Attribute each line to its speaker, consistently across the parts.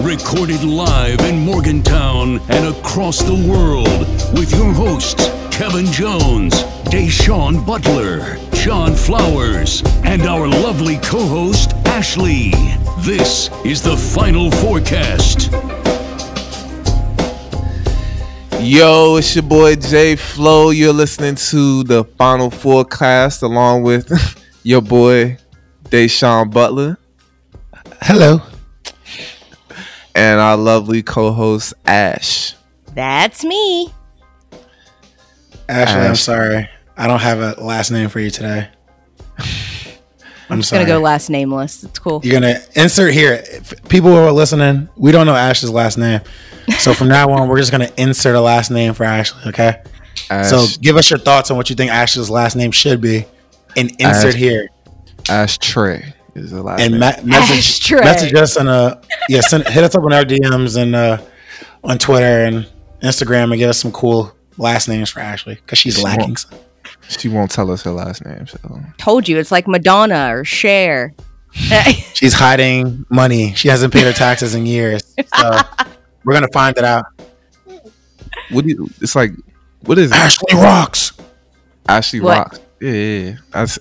Speaker 1: Recorded live in Morgantown and across the world with your hosts, Kevin Jones, Deshaun Butler, John Flowers, and our lovely co host, Ashley. This is the final forecast.
Speaker 2: Yo, it's your boy Jay Flow. You're listening to the Final Forecast along with your boy Deshaun Butler
Speaker 3: Hello.
Speaker 2: and our lovely co-host Ash.
Speaker 4: That's me.
Speaker 3: Ashley, I'm
Speaker 2: Ash.
Speaker 3: sorry. I don't have a last name for you today. I'm
Speaker 4: It's gonna go last nameless. It's cool.
Speaker 3: You're gonna insert here. If people who are listening, we don't know Ash's last name, so from now on, we're just gonna insert a last name for Ashley. Okay.
Speaker 2: Ash,
Speaker 3: So give us your thoughts on what you think Ashley's last name should be, and
Speaker 2: Ash.
Speaker 3: insert here
Speaker 2: Ash Trey is the last
Speaker 3: and
Speaker 2: name.
Speaker 3: ma- message
Speaker 4: Ashtray.
Speaker 3: message us and uh yeah send, hit us up on our DMs and uh on Twitter and Instagram and give us some cool last names for Ashley because she's lacking. some.
Speaker 2: she won't tell us her last name. So
Speaker 4: Told you, it's like Madonna or Cher.
Speaker 3: She's hiding money. She hasn't paid her taxes in years. So we're gonna find it out.
Speaker 2: what do you, it's like? What is it?
Speaker 3: Ashley rocks.
Speaker 2: Ashley
Speaker 4: What?
Speaker 2: Rocks? Yeah, yeah, yeah. I s-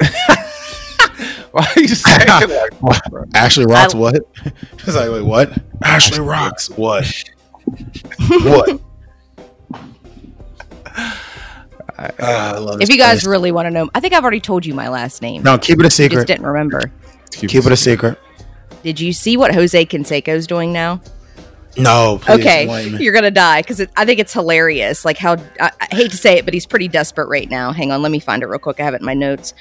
Speaker 2: Why are you saying that?
Speaker 3: Ashley rocks
Speaker 4: I-
Speaker 3: what? She's like, wait, what? Ashley rocks what? what? Ah, I love
Speaker 4: if
Speaker 3: this
Speaker 4: you guys
Speaker 3: place.
Speaker 4: really want to know, I think I've already told you my last name.
Speaker 3: no, keep it a
Speaker 4: I just
Speaker 3: secret.
Speaker 4: didn't remember.
Speaker 3: Keep it a secret.
Speaker 4: Did you see what Jose Canseco's doing now?
Speaker 3: No, please
Speaker 4: okay,
Speaker 3: enlighten me.
Speaker 4: you're gonna die because I think it's hilarious. Like how I, I hate to say it, but he's pretty desperate right now. Hang on, let me find it real quick. I have it in my notes.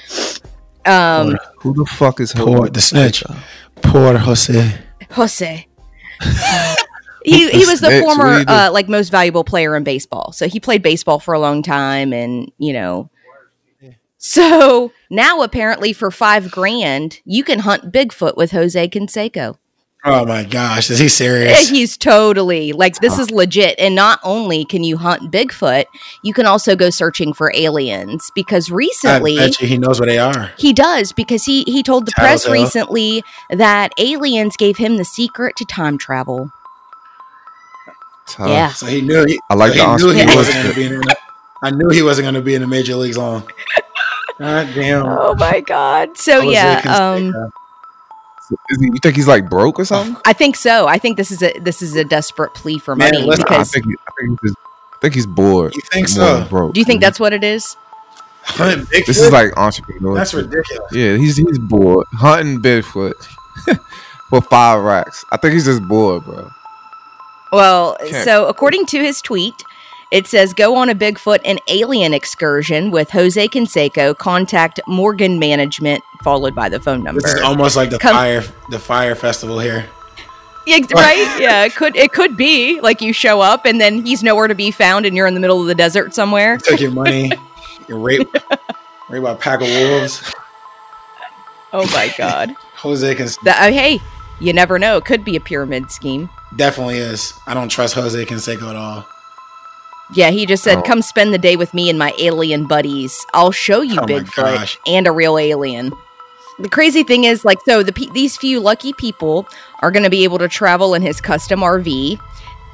Speaker 4: Um,
Speaker 2: Who the fuck is her?
Speaker 3: Poor the snitch. Poor Jose.
Speaker 4: Jose. Uh, he he was the
Speaker 2: Snitch, what do
Speaker 4: former
Speaker 2: you do?
Speaker 4: uh, like most valuable player in baseball. So he played baseball for a long time, and you know. So now apparently for five grand you can hunt Bigfoot with Jose Canseco.
Speaker 3: Oh my gosh, is he serious?
Speaker 4: He's totally like this is legit. And not only can you hunt Bigfoot, you can also go searching for aliens because
Speaker 3: I
Speaker 4: recently
Speaker 3: bet you he knows where they are.
Speaker 4: he does because he he told the press
Speaker 3: Tattletale.
Speaker 4: recently that aliens gave him the secret to time travel.
Speaker 2: Tough.
Speaker 4: yeah.
Speaker 3: So he knew. He,
Speaker 2: I like
Speaker 3: so
Speaker 2: the
Speaker 3: he
Speaker 2: answer
Speaker 3: knew he
Speaker 2: you
Speaker 3: wasn't
Speaker 2: gave.
Speaker 3: going to be in. The, I knew he wasn't going to be in the major leagues long. God damn.
Speaker 4: Oh my god. So
Speaker 3: Jose
Speaker 4: yeah,
Speaker 3: Canseco.
Speaker 4: um
Speaker 2: Is he, you think he's like broke or something?
Speaker 4: I think so. I think this is a this is a desperate plea for
Speaker 3: Man,
Speaker 4: money
Speaker 3: listen,
Speaker 2: I
Speaker 4: because
Speaker 2: think, he- I think he's, I think he's bored.
Speaker 3: You think
Speaker 2: He's more
Speaker 3: so?
Speaker 2: than Broke.
Speaker 4: do you
Speaker 3: Mhm.
Speaker 4: think that's what it is?
Speaker 3: Hunting Bigfoot?
Speaker 2: this is like entrepreneur?
Speaker 3: that's ridiculous.
Speaker 2: yeah, he's he's bored hunting Bigfoot for five racks. I think he's just bored, bro.
Speaker 4: Well,
Speaker 2: Okay.
Speaker 4: so according to his tweet, it says go on a Bigfoot and alien excursion with Jose Canseco, contact Morgan Management followed by the phone number.
Speaker 3: This is almost like the
Speaker 4: Come-
Speaker 3: fire the fire festival here.
Speaker 4: Yeah, right? Yeah, it could it could be like you show up and then he's nowhere to be found and you're in the middle of the desert somewhere.
Speaker 3: Took your money, you're raped, raped by a pack of wolves.
Speaker 4: Oh my god.
Speaker 3: Jose can
Speaker 4: The- uh, hey, you never know. It could be a pyramid scheme.
Speaker 3: definitely is. I don't trust Jose Canseco at all.
Speaker 4: Yeah, he just said,
Speaker 2: Oh.
Speaker 4: "Come spend the day with me and my alien buddies. I'll show you
Speaker 3: Oh my
Speaker 4: Bigfoot
Speaker 3: gosh.
Speaker 4: and a real alien." The crazy thing is, like, so the pe- these few lucky people are going to be able to travel in his custom RV,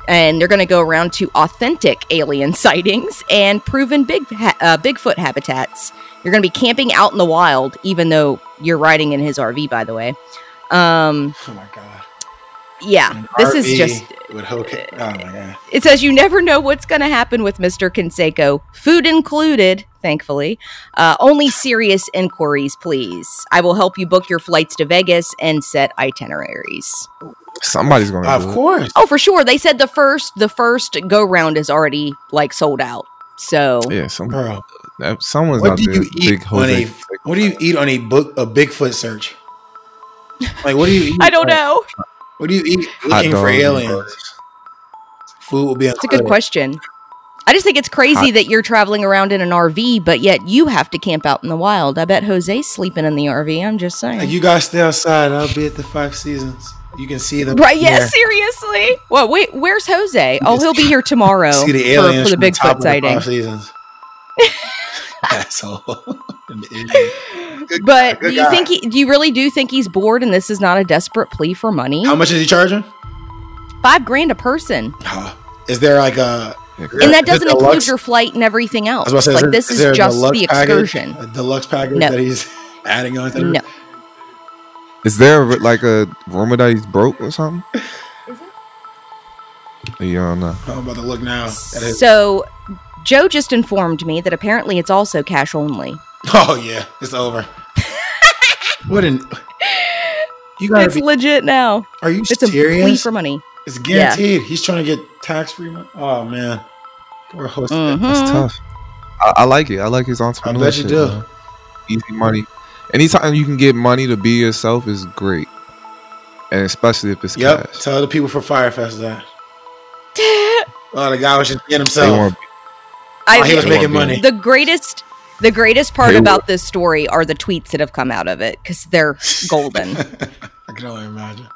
Speaker 4: and they're going to go around to authentic alien sightings and proven big ha- uh, Bigfoot habitats. You're going to be camping out in the wild, even though you're riding in his RV. By the way, um,
Speaker 3: Oh my god.
Speaker 4: yeah,
Speaker 3: An
Speaker 4: this is
Speaker 3: RV
Speaker 4: just
Speaker 3: with Jose. Oh my god.
Speaker 4: it says you never know what's going to happen with Mr. Canseco, food included, thankfully. Uh, only serious inquiries, please. I will help you book your flights to Vegas and set itineraries.
Speaker 2: Somebody's gonna.
Speaker 3: Of
Speaker 2: do it.
Speaker 3: course.
Speaker 4: Oh, for sure. They said the first the first go round is already like sold out. So
Speaker 2: Yeah, some,
Speaker 3: Bro,
Speaker 2: uh, someone's
Speaker 3: what
Speaker 2: not
Speaker 3: do you
Speaker 2: big
Speaker 3: eat on
Speaker 2: Jose.
Speaker 3: a what do you eat on a book a Bigfoot search? Like what do you eat?
Speaker 4: I don't know.
Speaker 3: What do you eat
Speaker 2: Hot
Speaker 3: looking for
Speaker 2: dog,
Speaker 3: aliens? Food will be
Speaker 4: It's a good question. I just think it's crazy that you're traveling around in an RV, but yet you have to camp out in the wild. I bet Jose's sleeping in the RV. I'm just saying.
Speaker 3: Like, you guys stay outside. I'll be at the Five Seasons. You can see them.
Speaker 4: Right? Yeah,
Speaker 3: there.
Speaker 4: seriously. Well, wait, where's Jose? Oh, he'll be here tomorrow
Speaker 3: See the
Speaker 4: for,
Speaker 3: aliens
Speaker 4: for the
Speaker 3: from top of
Speaker 4: Bigfoot
Speaker 3: the
Speaker 4: sighting.
Speaker 3: Five Seasons. Asshole. An idiot. Good guy,
Speaker 4: But
Speaker 3: good
Speaker 4: do you
Speaker 3: guy.
Speaker 4: think he, do you really do think he's bored and this is not a desperate plea for money?
Speaker 3: How much is he charging?
Speaker 4: Five grand a person,
Speaker 3: Huh. Is there like a?
Speaker 4: and that
Speaker 3: Is it
Speaker 4: doesn't include
Speaker 3: deluxe?
Speaker 4: your flight and everything
Speaker 3: I was
Speaker 4: else.
Speaker 3: about to say,
Speaker 4: like
Speaker 3: there-
Speaker 4: this is
Speaker 3: there a
Speaker 4: just
Speaker 3: deluxe
Speaker 4: the
Speaker 3: package- Oh,
Speaker 4: excursion.
Speaker 3: a deluxe package
Speaker 4: No.
Speaker 3: that he's adding on. To
Speaker 4: No,
Speaker 2: Is there like a rumor that he's broke or something? Yeah, I don't know.
Speaker 3: I'm about to look now. At his,
Speaker 4: So Joe just informed me that apparently it's also cash only.
Speaker 3: oh yeah, it's over. what an. You gotta
Speaker 4: It's
Speaker 3: be.
Speaker 4: legit now.
Speaker 3: Are you
Speaker 4: It's a plea
Speaker 3: serious?
Speaker 4: for money.
Speaker 3: It's guaranteed. He's trying to get tax free money. Oh man, poor host.
Speaker 4: Mhm.
Speaker 2: That's tough. I, I like it. I like his
Speaker 3: I
Speaker 2: entrepreneurship.
Speaker 3: bet you do.
Speaker 2: man. Easy money. Anytime you can get money to be yourself is great, and especially if it's
Speaker 3: Yep.
Speaker 2: cash.
Speaker 3: Tell the people for Firefest that. oh, the guy was just being
Speaker 2: They
Speaker 3: himself.
Speaker 2: want
Speaker 3: oh, he
Speaker 2: They
Speaker 3: was
Speaker 4: I,
Speaker 2: wanna
Speaker 3: making
Speaker 2: be-
Speaker 3: money.
Speaker 4: the greatest, the greatest part
Speaker 2: They
Speaker 4: about this story are the tweets that have come out of it because they're golden.
Speaker 3: I can only imagine.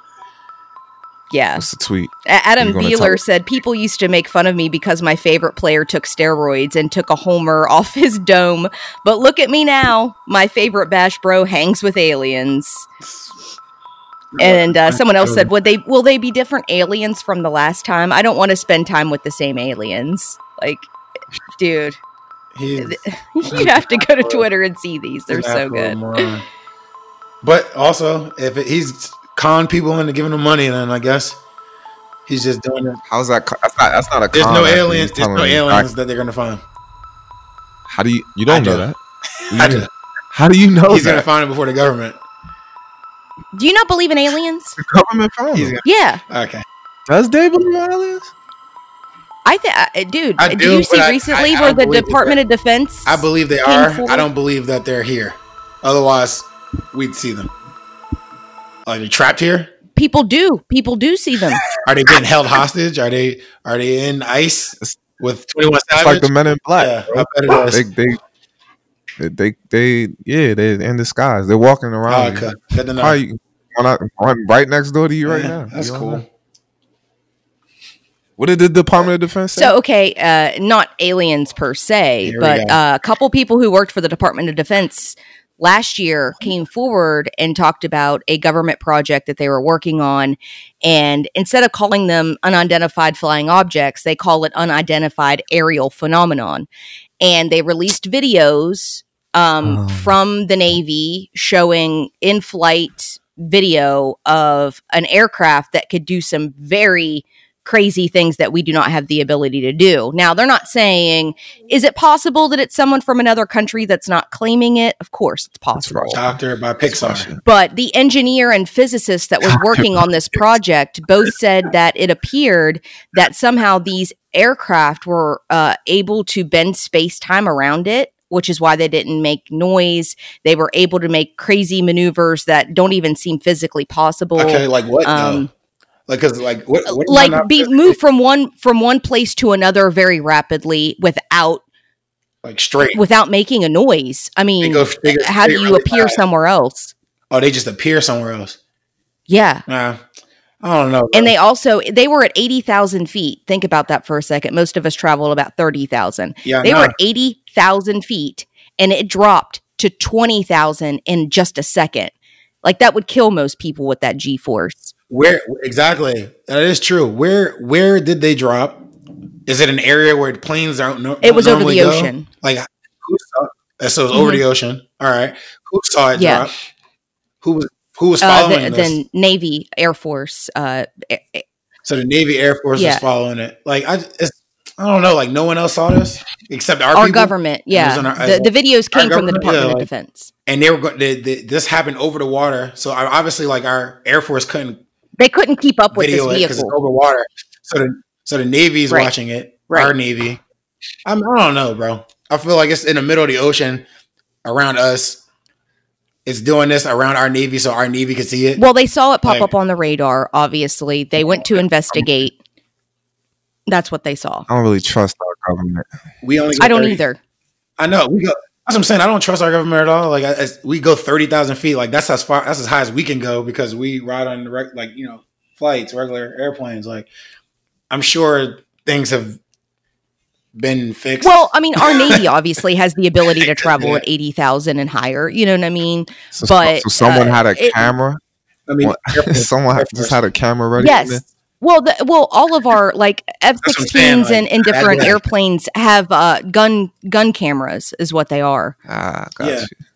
Speaker 4: yeah,
Speaker 2: what's the tweet?
Speaker 4: A- Adam
Speaker 2: You gonna
Speaker 4: Beeler
Speaker 2: tell-
Speaker 4: said people used to make fun of me because my favorite player took steroids and took a homer off his dome, but look at me now. My favorite bash bro hangs with aliens. And uh, someone
Speaker 2: Oh.
Speaker 4: else said, "Would they? Will they be different aliens from the last time? I don't want to spend time with the same aliens. Like, dude,
Speaker 3: He's-
Speaker 4: you have to go to Twitter and see these. They're
Speaker 3: He's an
Speaker 4: so
Speaker 3: absolute
Speaker 4: good.
Speaker 3: moron. But also, if it, he's con people into giving them money, then I guess he's just doing it.
Speaker 2: How's that? co- That's not. Oh, That's not a.
Speaker 3: There's
Speaker 2: con,
Speaker 3: no
Speaker 2: I think.
Speaker 3: aliens.
Speaker 2: He's
Speaker 3: There's no
Speaker 2: telling me-
Speaker 3: aliens that they're gonna find.
Speaker 2: How do you? You
Speaker 3: I
Speaker 2: don't
Speaker 3: do.
Speaker 2: know that.
Speaker 3: I do.
Speaker 2: How do you know
Speaker 3: He's
Speaker 2: Oh,
Speaker 3: gonna
Speaker 2: that?
Speaker 3: find it before the government.
Speaker 4: Do you not believe in aliens?
Speaker 2: The government found
Speaker 3: He's
Speaker 2: him.
Speaker 4: Yeah,
Speaker 3: Okay.
Speaker 2: Does they believe in aliens?
Speaker 4: I think, dude.
Speaker 3: I
Speaker 4: did
Speaker 3: do,
Speaker 4: you see
Speaker 3: but I-
Speaker 4: recently
Speaker 3: I- I
Speaker 4: where
Speaker 3: don't
Speaker 4: the
Speaker 3: believe it,
Speaker 4: Department of Defense?
Speaker 3: I believe they
Speaker 4: Came
Speaker 3: are. I
Speaker 4: forward.
Speaker 3: don't believe that they're here. Otherwise, we'd see them. Are they trapped here?
Speaker 4: people do. People do see them.
Speaker 3: Are they getting held hostage? Are they are they in ice with Twenty One
Speaker 2: It's
Speaker 3: Savage?
Speaker 2: like the Men in Black.
Speaker 3: yeah, I bet it
Speaker 2: They,
Speaker 3: is. Oh,
Speaker 2: they, they, they, they- yeah, they're in disguise. They're walking
Speaker 3: Oh,
Speaker 2: around.
Speaker 3: okay. Good to know.
Speaker 2: Probably one out- one right next door to you right
Speaker 3: Yeah,
Speaker 2: now.
Speaker 3: That's
Speaker 2: You don't
Speaker 3: cool.
Speaker 2: know. What did the Department of Defense say?
Speaker 4: So okay, uh, not aliens per se,
Speaker 3: Here we
Speaker 4: but
Speaker 3: go.
Speaker 4: uh, a couple people who worked for the Department of Defense last year came forward and talked about a government project that they were working on, and instead of calling them unidentified flying objects, they call it unidentified aerial phenomenon, and they released videos um,
Speaker 2: Oh.
Speaker 4: from the Navy showing in flight video of an aircraft that could do some very crazy things that we do not have the ability to do. Now, they're not saying, is it possible that it's someone from another country that's not claiming it? Of course, it's possible.
Speaker 2: right.
Speaker 3: Doctor by Pixar.
Speaker 4: But the engineer and physicist that was working on this project both said that it appeared that somehow these aircraft were uh, able to bend space time around it, which is why they didn't make noise. They were able to make crazy maneuvers that don't even seem physically possible
Speaker 3: Okay, like what?
Speaker 4: um,
Speaker 3: though? Like, cause like what? what am I
Speaker 4: like
Speaker 3: not-
Speaker 4: be moved from one from one place to another very rapidly without
Speaker 3: like straight.
Speaker 4: without making a noise. I
Speaker 3: They
Speaker 4: mean,
Speaker 3: go, they go
Speaker 4: how do
Speaker 3: straight
Speaker 4: you
Speaker 3: really
Speaker 4: appear
Speaker 3: fast.
Speaker 4: somewhere else?
Speaker 3: Oh, they just appear somewhere else.
Speaker 4: Yeah.
Speaker 3: Nah, I don't know.
Speaker 4: And they also they were at eighty thousand feet. Think about that for a second. Most of us traveled about thirty thousand.
Speaker 3: yeah,
Speaker 4: They
Speaker 3: nah.
Speaker 4: were at eighty thousand feet, and it dropped to twenty thousand in just a second. Like that would kill most people with that G force.
Speaker 3: where exactly? That is true. Where where did they drop? Is it an area where planes don't? No,
Speaker 4: It was
Speaker 3: don't
Speaker 4: over the
Speaker 3: normally go?
Speaker 4: ocean. Mm-hmm.
Speaker 3: Like who saw? uh, So it was over the ocean. All right. Who saw it
Speaker 4: Yeah.
Speaker 3: drop? Who was who was
Speaker 4: Uh,
Speaker 3: following
Speaker 4: the,
Speaker 3: this?
Speaker 4: the Navy, Air Force, uh, a-
Speaker 3: so the Navy Air Force
Speaker 4: Yeah.
Speaker 3: is following it. Like I, it's, I don't know. Like no one else saw this except our,
Speaker 4: our
Speaker 3: people.
Speaker 4: government. Yeah,
Speaker 3: on our- uh,
Speaker 4: the, the videos
Speaker 3: our
Speaker 4: came from the
Speaker 3: government,
Speaker 4: Department
Speaker 3: yeah,
Speaker 4: of
Speaker 3: like-
Speaker 4: Defense.
Speaker 3: and they were going. They, they, this happened over the water, so I- obviously, like our Air Force couldn't
Speaker 4: They couldn't keep up with
Speaker 3: video
Speaker 4: this
Speaker 3: it because it's
Speaker 4: vehicle.
Speaker 3: over water. So the so the Navy's
Speaker 4: Right.
Speaker 3: watching it. Our
Speaker 4: Right.
Speaker 3: Navy. I'm, I don't know, bro. I feel like it's in the middle of the ocean around us. It's doing this around our Navy, so our Navy can see it.
Speaker 4: Well, they saw it pop
Speaker 3: Like-
Speaker 4: up on the radar. Obviously, they went to investigate. That's what they saw.
Speaker 2: I don't really trust our government.
Speaker 3: we only. go
Speaker 4: I don't
Speaker 3: 30
Speaker 4: either.
Speaker 3: I know. We go. That's what I'm saying. I don't trust our government at all. Like I- as, we go thirty thousand feet. Like that's as far. That's as high as we can go because we ride on reg, like you know flights, regular airplanes. Like I'm sure things have been fixed.
Speaker 4: Well, I mean, our Navy obviously has the ability to travel at eighty thousand and higher. You know what I mean?
Speaker 2: So,
Speaker 4: But,
Speaker 2: so someone
Speaker 4: uh,
Speaker 2: had a
Speaker 4: it-
Speaker 2: camera.
Speaker 3: I mean,
Speaker 2: Someone had- just had a camera ready.
Speaker 4: Yes. Well, the, well, all of our like
Speaker 3: what I'm saying,
Speaker 4: F-16s and,
Speaker 3: like,
Speaker 4: and different
Speaker 3: that-
Speaker 4: airplanes have uh, gun gun cameras, is what they are.
Speaker 2: Ah, got
Speaker 3: Yeah.
Speaker 2: you.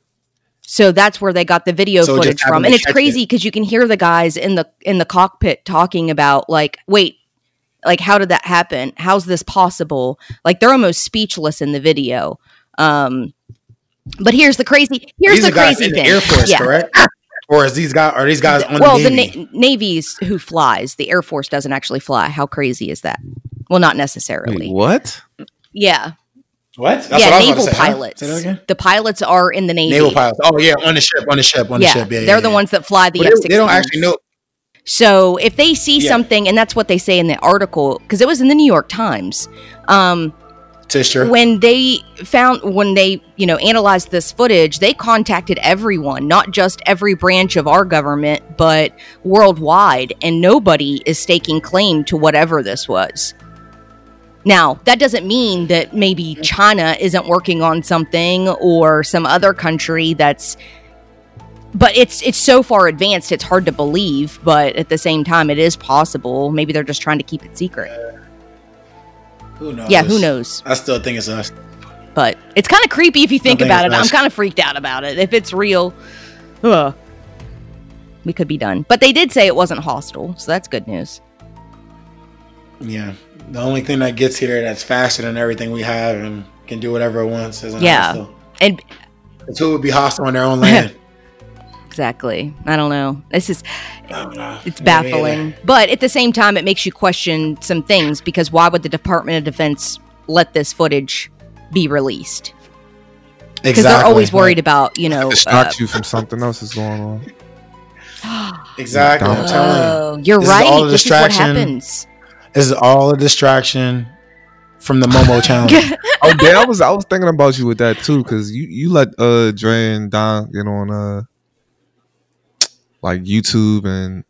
Speaker 4: So that's where they got the video
Speaker 3: So just
Speaker 4: footage
Speaker 3: having
Speaker 4: from,
Speaker 3: to
Speaker 4: and it's
Speaker 3: check
Speaker 4: crazy because you can hear the guys in the in the cockpit talking about like, wait, like how did that happen? How's this possible? Like they're almost speechless in the video. Um, but here's the crazy. Here's
Speaker 3: these
Speaker 4: the
Speaker 3: are guys
Speaker 4: crazy
Speaker 3: in
Speaker 4: thing.
Speaker 3: the Air Force,
Speaker 4: Yeah.
Speaker 3: correct? Or is these guys are these guys on
Speaker 4: well,
Speaker 3: the
Speaker 4: the
Speaker 3: Navy?
Speaker 4: na- Navy's who flies. The Air Force doesn't actually fly. How crazy is that? Well, not necessarily.
Speaker 2: Wait, what?
Speaker 4: yeah,
Speaker 3: what? That's
Speaker 4: yeah.
Speaker 3: what I was about
Speaker 4: naval
Speaker 3: to say. Huh?
Speaker 4: pilots.
Speaker 3: Say that again?
Speaker 4: The pilots are in the Navy.
Speaker 3: Naval pilots. Oh yeah, on the ship, on the ship, on
Speaker 4: yeah,
Speaker 3: the ship. Yeah,
Speaker 4: they're
Speaker 3: yeah,
Speaker 4: the
Speaker 3: yeah.
Speaker 4: ones that fly the
Speaker 3: Well,
Speaker 4: F-16s.
Speaker 3: they, they don't actually know.
Speaker 4: So if they see
Speaker 3: Yeah.
Speaker 4: something, and that's what they say in the article, because it was in the New York Times. Um,
Speaker 3: Tis true.
Speaker 4: when they found when they you know analyzed this footage they contacted everyone not just every branch of our government but worldwide and nobody is staking claim to whatever this was now that doesn't mean that maybe china isn't working on something or some other country that's but it's it's so far advanced it's hard to believe but at the same time it is possible maybe they're just trying to keep it secret
Speaker 3: Who knows?
Speaker 4: yeah who knows
Speaker 3: I still think it's us.
Speaker 4: but it's kind of creepy if you think
Speaker 3: think
Speaker 4: about it.
Speaker 3: it's
Speaker 4: I'm
Speaker 3: nice.
Speaker 4: kind of freaked out about it. If it's real, ugh, we could be done. But they did say it wasn't hostile, so that's good news.
Speaker 3: Yeah. The only thing that gets here that's faster than everything we have and can do whatever it wants isn't
Speaker 4: Yeah.
Speaker 3: hostile.
Speaker 4: And
Speaker 3: It's who would be hostile on their own land.
Speaker 4: exactly, I don't know. This is
Speaker 3: I don't know.
Speaker 4: it's
Speaker 3: Me
Speaker 4: baffling,
Speaker 3: neither.
Speaker 4: but at the same time, it makes you question some things because why would the Department of Defense let this footage be released? Because they're always worried about you
Speaker 3: Oh,
Speaker 4: know.
Speaker 3: uh,
Speaker 2: Distract you from something else that's going on.
Speaker 3: Exactly. I'm telling
Speaker 4: Oh, you're
Speaker 3: This is
Speaker 4: right.
Speaker 3: all a
Speaker 4: this is what
Speaker 3: distraction.
Speaker 4: happens.
Speaker 3: you. This is all a distraction from the Momo challenge.
Speaker 2: oh, Dan, I was I was thinking about you with that too, because you you let uh Dre and Don get on uh like YouTube and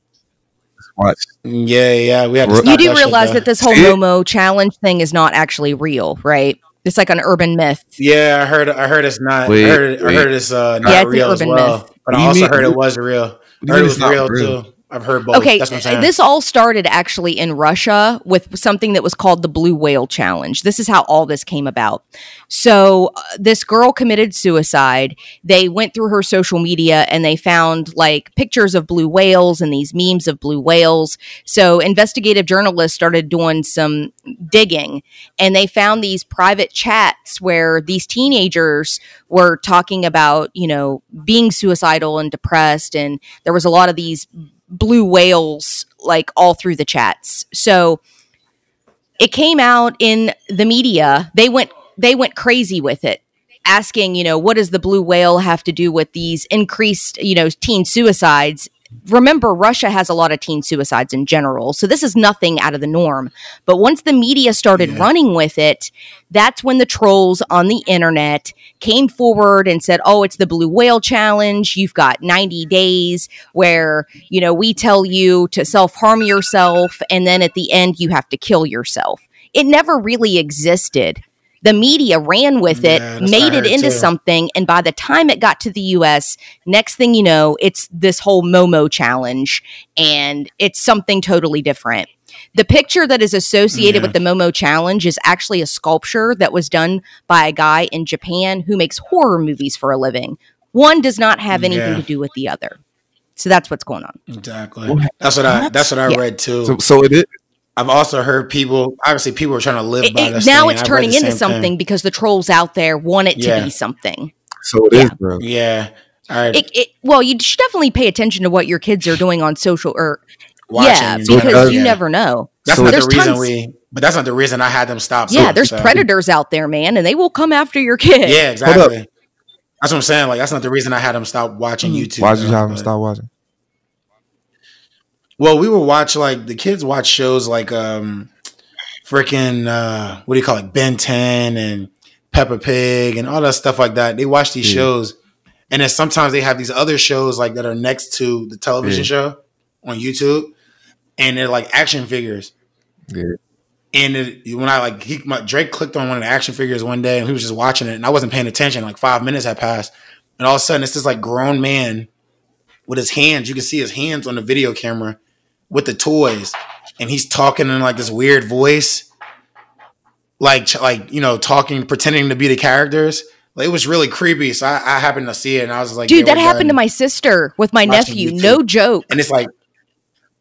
Speaker 2: watch.
Speaker 3: yeah, yeah. We have to
Speaker 2: You
Speaker 4: You
Speaker 3: stop
Speaker 4: do
Speaker 3: that shit,
Speaker 4: realize
Speaker 3: though.
Speaker 4: that this whole
Speaker 2: Yeah.
Speaker 4: Momo challenge thing is not actually real, right? It's like an urban myth.
Speaker 3: Yeah, I heard. I heard it's not.
Speaker 2: Wait,
Speaker 3: I heard. I
Speaker 2: wait.
Speaker 3: heard it's uh, not
Speaker 4: Yeah, it's an
Speaker 3: real as
Speaker 4: urban
Speaker 3: well.
Speaker 4: myth.
Speaker 3: But
Speaker 2: You
Speaker 3: I also
Speaker 2: mean-
Speaker 3: heard it was real. I heard it was real, too. I've heard both.
Speaker 4: okay,
Speaker 3: Oh, That's what I'm saying.
Speaker 4: this all started actually in Russia with something that was called the Blue Whale Challenge. This is how all this came about. So, uh, this girl committed suicide. They went through her social media and they found like pictures of blue whales and these memes of blue whales. So, investigative journalists started doing some digging and they found these private chats where these teenagers were talking about, you know, being suicidal and depressed. And there was a lot of these blue whales like all through the chats. So it came out in the media. They went they went crazy with it, asking, you know, what does the blue whale have to do with these increased, you know, teen suicides? Remember, Russia has a lot of teen suicides in general. So this is nothing out of the norm. But once the media started running with it, that's when the trolls on the internet came forward and said, Oh, it's the blue whale challenge. You've got 90 days where, you know, we tell you to self harm yourself. And then at the end, you have to kill yourself. It never really existed. The media ran with it,
Speaker 3: Yeah, that's what I
Speaker 4: made it
Speaker 3: heard
Speaker 4: into
Speaker 3: too.
Speaker 4: something. And by the time it got to the US, next thing you know, it's this whole Momo challenge and it's something totally different. The picture that is
Speaker 3: Yeah.
Speaker 4: associated with the Momo Challenge is actually a sculpture that was done by a guy in Japan who makes horror movies for a living. One does not have anything
Speaker 3: Yeah.
Speaker 4: to do with the other. So that's what's going on.
Speaker 3: exactly. That's what I. That's what I
Speaker 4: Yeah.
Speaker 3: read too.
Speaker 2: So, so it is.
Speaker 3: I've also heard people. Obviously, people are trying to live
Speaker 4: It-
Speaker 3: by
Speaker 4: it-
Speaker 3: this.
Speaker 4: now
Speaker 3: thing,
Speaker 4: it's
Speaker 3: and I read
Speaker 4: turning
Speaker 3: the
Speaker 4: into
Speaker 3: same thing.
Speaker 4: something because the trolls out there want it to
Speaker 3: Yeah.
Speaker 4: be something.
Speaker 2: So it is,
Speaker 4: Yeah.
Speaker 2: bro.
Speaker 3: Yeah. All right.
Speaker 4: It, it, well, you should definitely pay attention to what your kids are doing on social or
Speaker 3: watching
Speaker 4: yeah,
Speaker 3: and
Speaker 4: because
Speaker 3: trying to-
Speaker 4: you
Speaker 3: yeah.
Speaker 4: never know.
Speaker 3: That's
Speaker 2: So
Speaker 3: not
Speaker 4: there's
Speaker 3: the reason
Speaker 4: tons-
Speaker 3: we. But that's not the reason I had them stop.
Speaker 4: yeah,
Speaker 3: too,
Speaker 4: there's
Speaker 3: so.
Speaker 4: predators out there, man, and they will come after your kid.
Speaker 3: Yeah,
Speaker 2: up.
Speaker 3: exactly. That's what I'm saying. Like that's not the reason I had them stop watching
Speaker 4: Mm-hmm.
Speaker 3: YouTube.
Speaker 2: Why did you
Speaker 3: though,
Speaker 2: have him
Speaker 3: but-
Speaker 2: stop watching?
Speaker 3: Well, we would watch like the kids watch shows like um freaking uh what do you call it? Ben 10 and Peppa Pig and all that stuff like that. They watch these
Speaker 2: Yeah.
Speaker 3: shows and then sometimes they have these other shows like that are next to the television
Speaker 2: Yeah.
Speaker 3: show on YouTube and they're like action figures.
Speaker 2: Yeah.
Speaker 3: And it, when I like he my Drake clicked on one of the action figures one day and he was just watching it and I wasn't paying attention. Like five minutes had passed. And all of a sudden it's this like grown man with his hands. You can see his hands on the video camera with the toys. and he's talking in like this weird voice, like like you know talking pretending to be the characters. Like, it was really creepy. So I, I happened to see it, and I was like,
Speaker 4: Dude,
Speaker 3: yeah,
Speaker 4: that
Speaker 3: we're
Speaker 4: happened to
Speaker 3: done.
Speaker 4: my sister with my
Speaker 3: Watching
Speaker 4: nephew.
Speaker 3: YouTube.
Speaker 4: No joke.
Speaker 3: And it's like,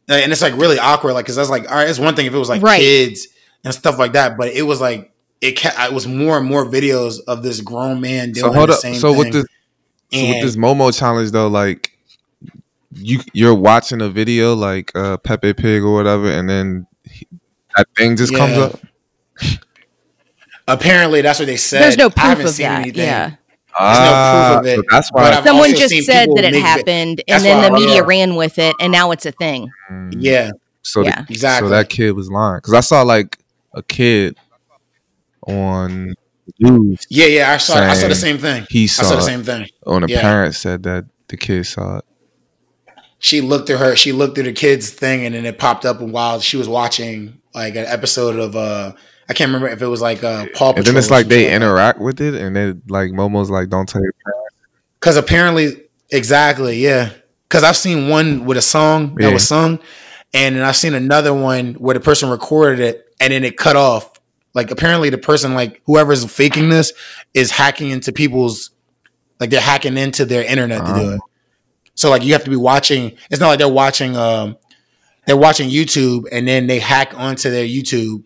Speaker 3: and it's like really awkward. Like, cause that's like, all right, it's one thing if it was like
Speaker 4: Right.
Speaker 3: kids and stuff like that, but it was like it. Ca- it was more and more videos of this grown man
Speaker 2: So
Speaker 3: doing
Speaker 2: hold
Speaker 3: the
Speaker 2: up.
Speaker 3: same
Speaker 2: So
Speaker 3: thing.
Speaker 2: with this, so with
Speaker 3: And-
Speaker 2: this Momo challenge though, like you you're watching a video like uh, Pepe Pig or whatever, and then he- that thing just comes
Speaker 3: Yeah.
Speaker 2: up.
Speaker 3: Apparently, that's what they said.
Speaker 4: There's no
Speaker 3: I
Speaker 4: proof
Speaker 3: haven't
Speaker 4: of
Speaker 3: seen
Speaker 4: that.
Speaker 3: anything.
Speaker 4: Yeah.
Speaker 2: Ah,
Speaker 3: of it,
Speaker 2: so that's
Speaker 3: but
Speaker 2: why.
Speaker 3: I've
Speaker 4: Someone
Speaker 3: also
Speaker 4: just
Speaker 3: seen
Speaker 4: said
Speaker 3: people
Speaker 4: that it
Speaker 3: make vi-
Speaker 4: happened,
Speaker 3: That's
Speaker 4: and then
Speaker 3: why
Speaker 4: the
Speaker 3: I-
Speaker 4: media
Speaker 3: yeah.
Speaker 4: ran with it, and now it's a thing.
Speaker 3: Yeah,
Speaker 2: mm, So the-
Speaker 4: yeah.
Speaker 3: exactly.
Speaker 2: So that kid was lying because I saw like a kid on the news.
Speaker 3: yeah, yeah. I saw. I saw the
Speaker 2: Same.
Speaker 3: same thing.
Speaker 2: He
Speaker 3: I
Speaker 2: saw,
Speaker 3: saw the
Speaker 2: it.
Speaker 3: same thing.
Speaker 2: On a
Speaker 3: Yeah.
Speaker 2: parent said that the kid saw it.
Speaker 3: she looked at her she looked at her kids thing and then it popped up and while she was watching like an episode of uh i can't remember if it was like uh paul
Speaker 2: And then it's like they interact with it, and then like Momo's like, "Don't tell your parents."
Speaker 3: because apparently exactly yeah because i've seen one with a song that
Speaker 2: Yeah.
Speaker 3: was sung and then i've seen another one where the person recorded it and then it cut off like apparently the person like whoever's faking this is hacking into people's like they're hacking into their internet to do
Speaker 2: Oh.
Speaker 3: it so like you have to be watching it's not like they're watching um they're watching youtube and then they hack onto their youtube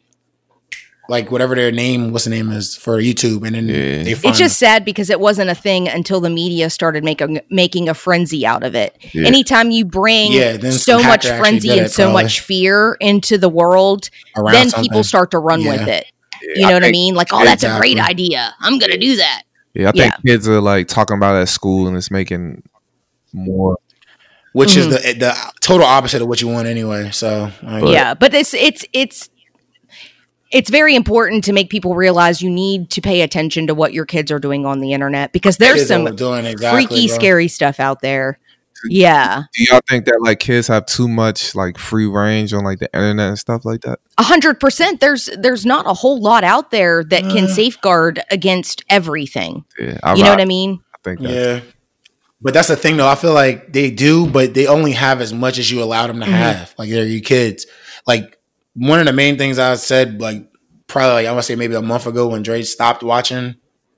Speaker 3: like whatever their name what's the name is for youtube and then
Speaker 2: Yeah.
Speaker 3: they find
Speaker 4: It's just sad because it wasn't a thing until the media started making making a frenzy out of it.
Speaker 2: Yeah.
Speaker 4: Anytime you bring
Speaker 3: Yeah, then some
Speaker 4: so much
Speaker 3: hacker actually
Speaker 4: frenzy
Speaker 3: did
Speaker 4: and
Speaker 3: it,
Speaker 4: so
Speaker 3: probably.
Speaker 4: much fear into the world,
Speaker 3: around
Speaker 4: then
Speaker 3: something.
Speaker 4: people start to run
Speaker 3: Yeah.
Speaker 4: with it. You know what I
Speaker 2: think-
Speaker 4: mean? Like, oh, that's a great
Speaker 3: Exactly.
Speaker 4: idea. I'm gonna do that.
Speaker 2: Yeah, I think kids are like talking about it at school, and it's making more.
Speaker 3: which is the the total opposite of what you want anyway. So like,
Speaker 4: Mm-hmm. yeah, but it's it's it's it's very important to make people realize you need to pay attention to what your kids are doing on the internet because there's
Speaker 3: kids
Speaker 4: some
Speaker 3: are doing exactly,
Speaker 4: freaky,
Speaker 3: bro.
Speaker 4: scary stuff out there. Yeah,
Speaker 2: Do y'all think that like kids have too much like free range on like the internet and stuff like that?
Speaker 4: a hundred percent. There's there's not a whole lot out there that can safeguard against everything.
Speaker 2: Yeah, I,
Speaker 4: you know what I mean?
Speaker 2: I think that's
Speaker 3: Yeah, but that's the thing though. I feel like they do, but they only have as much as you allow them to
Speaker 4: Mm-hmm.
Speaker 3: have. Like they're your kids. Like one of the main things I said, like probably like I want to say maybe a month ago when Dre stopped watching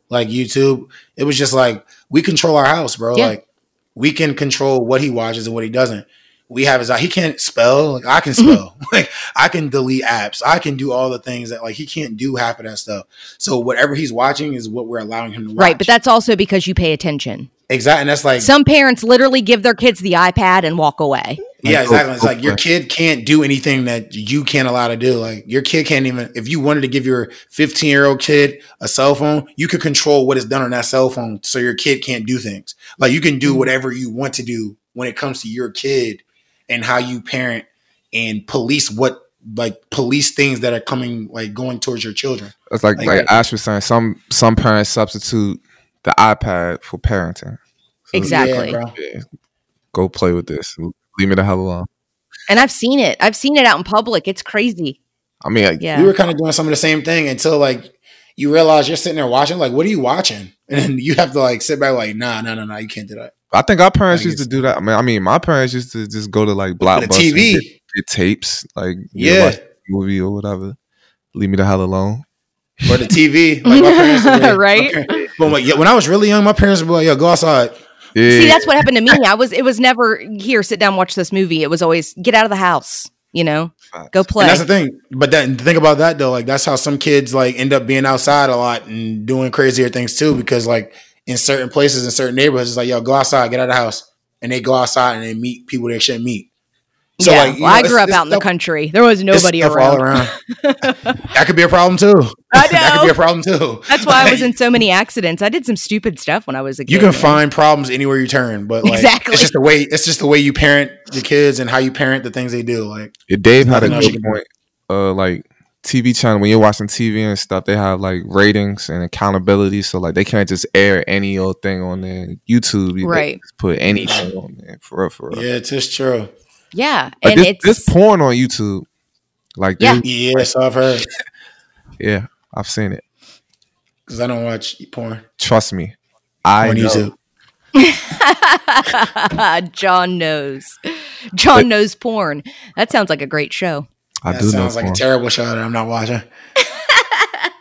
Speaker 3: like YouTube, it was just like we control our house, bro.
Speaker 4: Yeah.
Speaker 3: Like we can control what he watches and what he doesn't. We have his he can't spell. Like I can
Speaker 4: Mm-hmm.
Speaker 3: spell. like I can delete apps. I can do all the things that like he can't do half of that stuff. So whatever he's watching is what we're allowing him to watch.
Speaker 4: Right, but that's also because you pay attention.
Speaker 3: exactly and that's like
Speaker 4: Some parents literally give their kids the iPad and walk away.
Speaker 3: Yeah,
Speaker 2: Like,
Speaker 3: exactly. It's
Speaker 2: oh,
Speaker 3: like your
Speaker 2: okay.
Speaker 3: kid can't do anything that you can't allow to do. Like your kid can't even if you wanted to give your 15 year old kid a cell phone, you could control what is done on that cell phone so your kid can't do things. Like you can do whatever you want to do when it comes to your kid and how you parent and police what like police things that are coming like going towards your children.
Speaker 2: It's like
Speaker 3: Like-
Speaker 2: like, Ash was saying, some some parents substitute the iPad for parenting. So,
Speaker 4: Exactly.
Speaker 3: Yeah, bro.
Speaker 2: yeah, go play with this. Leave me the hell alone.
Speaker 4: And I've seen it. I've seen it out in public. It's crazy.
Speaker 2: I mean, like,
Speaker 4: Yeah.
Speaker 3: We were kind of doing some of the same thing until like you realize you're sitting there watching, like, what are you watching? And then you have to like sit back like, nah, nah, nah, nah, you can't do that.
Speaker 2: I think our parents
Speaker 3: Like,
Speaker 2: used to do that. I mean, I mean, my parents used to just go to like
Speaker 3: With
Speaker 2: Blockbuster,
Speaker 3: a
Speaker 2: and
Speaker 3: TV.
Speaker 2: Get, get tapes, like you know,
Speaker 3: Yeah.
Speaker 2: watch a movie or whatever. Leave me the hell alone.
Speaker 3: or the TV. Like my parents would- my
Speaker 4: Right?
Speaker 3: parents- but when, yeah, when I was really young, my parents would be like, yo, go outside.
Speaker 2: Yeah,
Speaker 4: See, that's what happened to me. I was it was never here, sit down, watch this movie. It was always get out of the house, you know, go play.
Speaker 3: And that's the thing. But then think about that though. Like that's how some kids like end up being outside a lot and doing crazier things too, because like in certain places, in certain neighborhoods, it's like, yo, go outside, get out of the house. And they go outside and they meet people they shouldn't meet. So
Speaker 4: yeah.
Speaker 3: like you
Speaker 4: well,
Speaker 3: know,
Speaker 4: I
Speaker 3: it's-
Speaker 4: grew up
Speaker 3: it's
Speaker 4: out in the
Speaker 3: stuff-
Speaker 4: country. There was
Speaker 3: it's
Speaker 4: nobody
Speaker 3: stuff
Speaker 4: around.
Speaker 3: all around. that could be a problem too.
Speaker 4: I
Speaker 3: that could be
Speaker 4: know.
Speaker 3: a problem too.
Speaker 4: That's why I was
Speaker 3: Like,
Speaker 4: in so many accidents. I did some stupid stuff when I was a kid.
Speaker 3: You can
Speaker 4: man.
Speaker 3: find problems anywhere you turn, but like
Speaker 4: Exactly.
Speaker 3: it's just the way it's just the way you parent the kids and how you parent the things they do. Like
Speaker 2: Yeah, Dave had a
Speaker 3: Nothing else
Speaker 2: good
Speaker 3: you can-
Speaker 2: point. Uh, like TV channel when you're watching TV and stuff, they have like ratings and accountability, so like they can't just air any old thing on their YouTube. You
Speaker 4: Right.
Speaker 2: just put anything on there for real, for real.
Speaker 3: Yeah, it's just true.
Speaker 4: Yeah.
Speaker 2: Like,
Speaker 4: and
Speaker 2: this,
Speaker 4: it's
Speaker 2: this porn on YouTube. Like
Speaker 4: Yeah.
Speaker 2: yeah,
Speaker 3: Yeah, so I've heard
Speaker 2: yeah, I've seen it.
Speaker 3: because I don't watch porn
Speaker 2: Trust me, I
Speaker 3: on
Speaker 2: know.
Speaker 3: YouTube.
Speaker 4: John knows. John knows porn. That sounds like a great show.
Speaker 2: I
Speaker 3: that
Speaker 2: do know
Speaker 3: sounds like a
Speaker 2: Quan.
Speaker 3: terrible show that I'm not watching.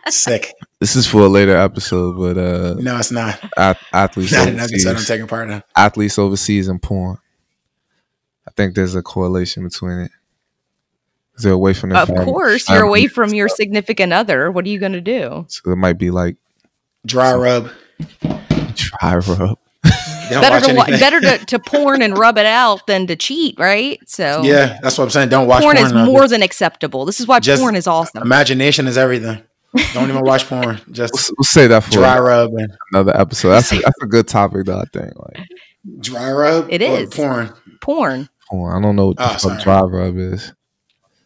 Speaker 3: Sick.
Speaker 2: this is for a later episode, but uh,
Speaker 3: No, it's not.
Speaker 2: ath- athletes
Speaker 3: Not an episode I'm
Speaker 2: overseas,
Speaker 3: taking part in.
Speaker 2: athletes overseas and porn. I think there's a correlation between it. Is there a way from the
Speaker 4: Of
Speaker 2: family?
Speaker 4: course, you're
Speaker 2: Um,
Speaker 4: away from your significant other. What are you going to do?
Speaker 2: So it might be like
Speaker 3: Dry rub.
Speaker 2: dry rub.
Speaker 3: Don't watch
Speaker 4: Better to wa-
Speaker 3: anything.
Speaker 4: better to, to porn and rub it out than to cheat, right? So
Speaker 3: Yeah, that's what I'm saying. Don't watch
Speaker 4: porn,
Speaker 3: porn.
Speaker 4: is more than acceptable. This is why
Speaker 3: Just-
Speaker 4: porn is awesome.
Speaker 3: Imagination is everything. Don't even watch porn. Just
Speaker 2: We'll say that for
Speaker 3: dry rub and
Speaker 2: another episode. That's a, that's a good topic though. I think like
Speaker 3: dry rub.
Speaker 4: It
Speaker 3: or
Speaker 4: is.
Speaker 3: porn.
Speaker 4: porn.
Speaker 2: porn. I don't know what the
Speaker 3: Oh,
Speaker 2: fuck
Speaker 3: sorry.
Speaker 2: dry rub is.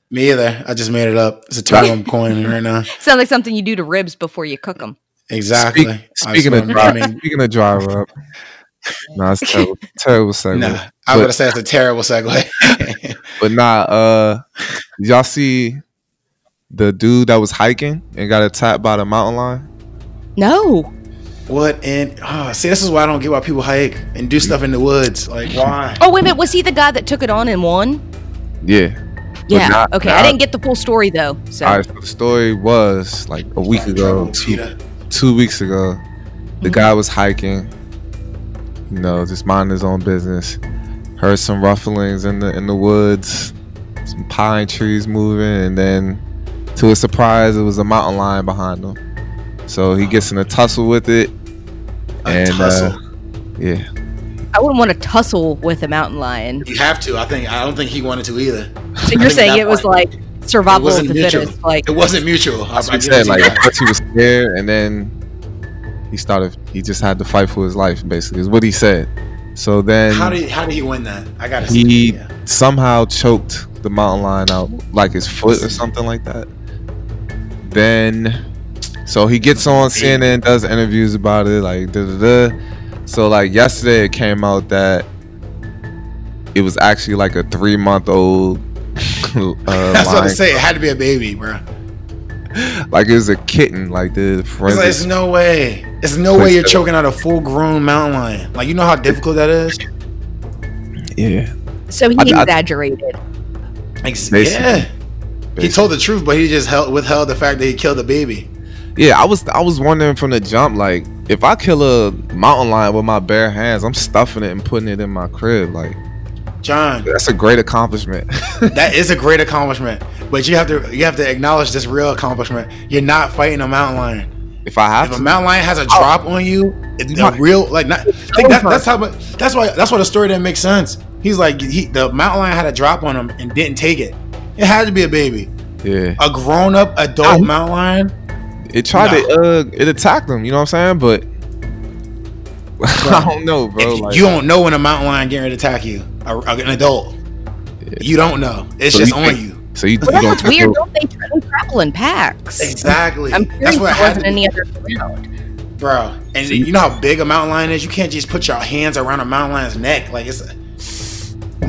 Speaker 3: Me either. I just made it up. It's a term I'm coining right now.
Speaker 4: Sounds like something you do to ribs before you cook them.
Speaker 3: Exactly.
Speaker 2: Speak-
Speaker 3: I
Speaker 2: speaking
Speaker 3: was
Speaker 2: of
Speaker 3: wondering-
Speaker 2: dry, speaking of dry rub, nah, it's terrible, terrible segue.
Speaker 3: Nah, I
Speaker 2: But-
Speaker 3: would have said it's a terrible segue.
Speaker 2: But nah, uh, did y'all see the dude that was hiking and got attacked by the mountain lion?
Speaker 4: No,
Speaker 3: what and oh, see, this is why I don't get why people hike and do stuff in the woods. Like why?
Speaker 4: Oh wait a minute, was he the guy that took it on and won?
Speaker 2: Yeah.
Speaker 4: Yeah.
Speaker 2: not-
Speaker 4: okay,
Speaker 2: not-
Speaker 4: I didn't get the full story though. So
Speaker 2: All right. So the story was like a week ago, two,
Speaker 3: Cheetah.
Speaker 2: two weeks ago,
Speaker 3: Mm-hmm.
Speaker 2: the guy was hiking, you know, just minding his own business. Heard some rufflings in the in the woods, some pine trees moving, and then to his surprise, it was a mountain lion behind him. So he gets in a tussle with it,
Speaker 3: A
Speaker 2: and
Speaker 3: tussle.
Speaker 2: Uh, yeah.
Speaker 4: I wouldn't want to tussle with a mountain lion.
Speaker 3: you have to. I think. I don't think he wanted to either.
Speaker 4: So
Speaker 3: I
Speaker 4: you're
Speaker 3: think
Speaker 4: saying
Speaker 3: that
Speaker 4: it was
Speaker 3: part-
Speaker 4: like survival of
Speaker 3: wasn't
Speaker 4: the
Speaker 3: mutual.
Speaker 4: fittest. Like
Speaker 3: It wasn't mutual. I,
Speaker 2: That's what
Speaker 3: I
Speaker 2: I'm saying.
Speaker 3: guarantee
Speaker 2: Like
Speaker 3: that.
Speaker 2: at first he was scared, and then he started. He just had to fight for his life. Basically, is what he said. So then
Speaker 3: How did how did he win that? I gotta see.
Speaker 2: he
Speaker 3: yeah.
Speaker 2: somehow choked the mountain lion out, like his foot or something like that. Then, so he gets on CNN, does interviews about it, like da da da. So like yesterday, it came out that it was actually like a three month old. uh,
Speaker 3: That's what I
Speaker 2: lion.
Speaker 3: say. It had to be a baby, bro.
Speaker 2: Like it was a kitten. Like the
Speaker 3: It's like,
Speaker 2: forensics
Speaker 3: it's no way. It's no way you're choking out a full grown mountain lion. Like you know how difficult that is.
Speaker 2: Yeah.
Speaker 4: so he
Speaker 2: I- I-
Speaker 4: exaggerated.
Speaker 3: Ex-
Speaker 2: Basically.
Speaker 3: yeah. He told the truth, but he just held, withheld the fact that he killed the baby.
Speaker 2: Yeah, I was I was wondering from the jump, like if I kill a mountain lion with my bare hands, I'm stuffing it and putting it in my crib. Like
Speaker 3: John,
Speaker 2: that's a great accomplishment.
Speaker 3: that is a great accomplishment, but you have to you have to acknowledge this real accomplishment. You're not fighting a mountain lion.
Speaker 2: if I have
Speaker 3: If a
Speaker 2: to,
Speaker 3: mountain lion
Speaker 2: Oh.
Speaker 3: has a drop on you, it- a real like not. Think that, that's how. mu- That's why. That's why the story didn't make sense. He's like he, the mountain lion had a drop on him and didn't take it. It had to be a baby,
Speaker 2: yeah.
Speaker 3: a grown up adult mountain lion.
Speaker 2: It tried to uh it attacked him, you know what I'm saying? But I don't know, bro.
Speaker 3: If
Speaker 2: Like,
Speaker 3: you don't know when a mountain lion getting ready to attack you, a, a- an adult. You don't know. It's
Speaker 2: So
Speaker 3: just
Speaker 2: you
Speaker 3: on
Speaker 2: think-
Speaker 3: you.
Speaker 2: so you,
Speaker 4: Well,
Speaker 2: you
Speaker 4: that's what's
Speaker 2: gonna
Speaker 4: weird.
Speaker 2: kill-
Speaker 4: Don't they tra- they travel in packs?
Speaker 3: Exactly.
Speaker 4: I'm
Speaker 3: That's
Speaker 4: curious
Speaker 3: what it
Speaker 4: there
Speaker 3: had to
Speaker 4: wasn't
Speaker 3: be.
Speaker 4: any other around.
Speaker 3: bro. And you know how big a mountain lion is. You can't just put your hands around a mountain lion's neck. Like it's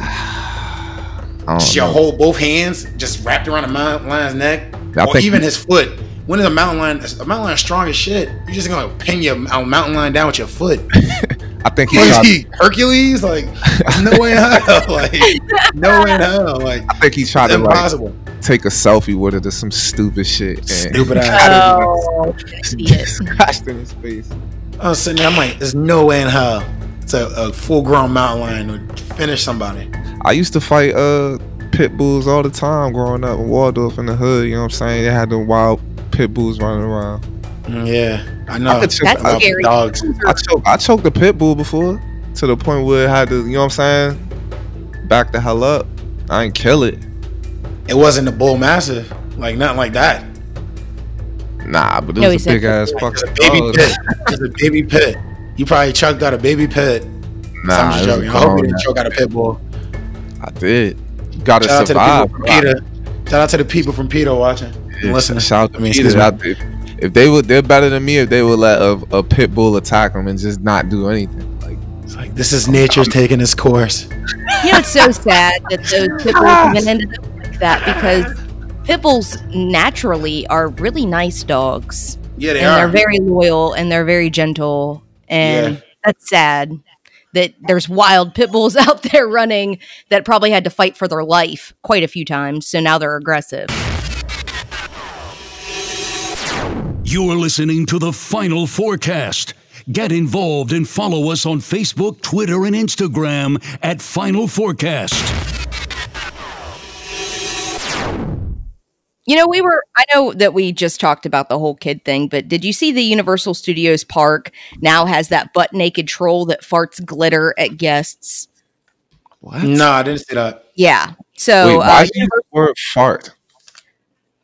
Speaker 2: Oh, I
Speaker 3: just
Speaker 2: don't
Speaker 3: your
Speaker 2: know.
Speaker 3: whole both hands just wrapped around a mountain lion's neck,
Speaker 2: I
Speaker 3: or
Speaker 2: think-
Speaker 3: even his foot. When is a mountain lion? A mountain lion strong as shit. You're just gonna pin your a mountain lion down with your foot.
Speaker 2: I think he
Speaker 3: What is
Speaker 2: tried,
Speaker 3: he Hercules? Like there's no way in hell. Like no way in hell. Like
Speaker 2: I think he tried to like
Speaker 3: impossible.
Speaker 2: take a selfie with it or some stupid shit. And
Speaker 3: Stupid ass.
Speaker 4: Oh, I see it.
Speaker 2: Scratched in his face.
Speaker 3: I was sitting there. I'm like, there's no way in hell. It's a, a full grown mountain lion would finish somebody.
Speaker 2: I used to fight uh pit bulls all the time growing up in Waldorf in the hood. You know what I'm saying? They had the wild pit bulls running around.
Speaker 3: Mm, Yeah, I know.
Speaker 2: I could choke,
Speaker 4: That's
Speaker 2: I,
Speaker 4: scary.
Speaker 3: Dogs.
Speaker 2: I choked, I choked a pit bull before to the point where it had to. You know what I'm saying? Back the hell up. I ain't kill it.
Speaker 3: It wasn't a bull massive, like nothing like that.
Speaker 2: Nah, but it
Speaker 4: No, he
Speaker 2: was a
Speaker 4: said
Speaker 2: big ass
Speaker 4: pit bull.
Speaker 2: fucking
Speaker 3: It's a baby
Speaker 2: dog.
Speaker 3: pit. It's a baby pit. You probably choked out a baby pit.
Speaker 2: Nah,
Speaker 3: I'm just
Speaker 2: it was a
Speaker 3: joking. I hope you
Speaker 2: grown
Speaker 3: didn't
Speaker 2: ass-
Speaker 3: choke out a pit bull.
Speaker 2: I did. You gotta
Speaker 3: Shout out to the people
Speaker 2: survive.
Speaker 3: from
Speaker 2: bro.
Speaker 3: Peter. Shout out to the people from Peter watching and listening.
Speaker 2: Shout out
Speaker 3: I
Speaker 2: to
Speaker 3: mean,
Speaker 2: Peter.
Speaker 3: excuse me.
Speaker 2: Out there. If they would, they're better than me. If they would let a, a pit bull attack them and just not do anything, like
Speaker 3: It's like this is nature's taking its course.
Speaker 4: You know, it's so sad that those pit bulls even ended up like that because pit bulls naturally are really nice dogs.
Speaker 3: Yeah, they
Speaker 4: and
Speaker 3: are.
Speaker 4: they're very loyal and they're very gentle and
Speaker 3: Yeah.
Speaker 4: that's sad that there's wild pit bulls out there running that probably had to fight for their life quite a few times. So now they're aggressive.
Speaker 1: You're listening to the final forecast. Get involved and follow us on Facebook, Twitter, and Instagram at Final Forecast.
Speaker 4: You know, we were, I know that we just talked about the whole kid thing, but did you see the Universal Studios Park now has that butt naked troll that farts glitter at guests?
Speaker 2: What?
Speaker 3: No, I didn't see that.
Speaker 4: Yeah.
Speaker 2: Wait,
Speaker 4: So,
Speaker 2: why
Speaker 4: uh,
Speaker 2: is the word fart?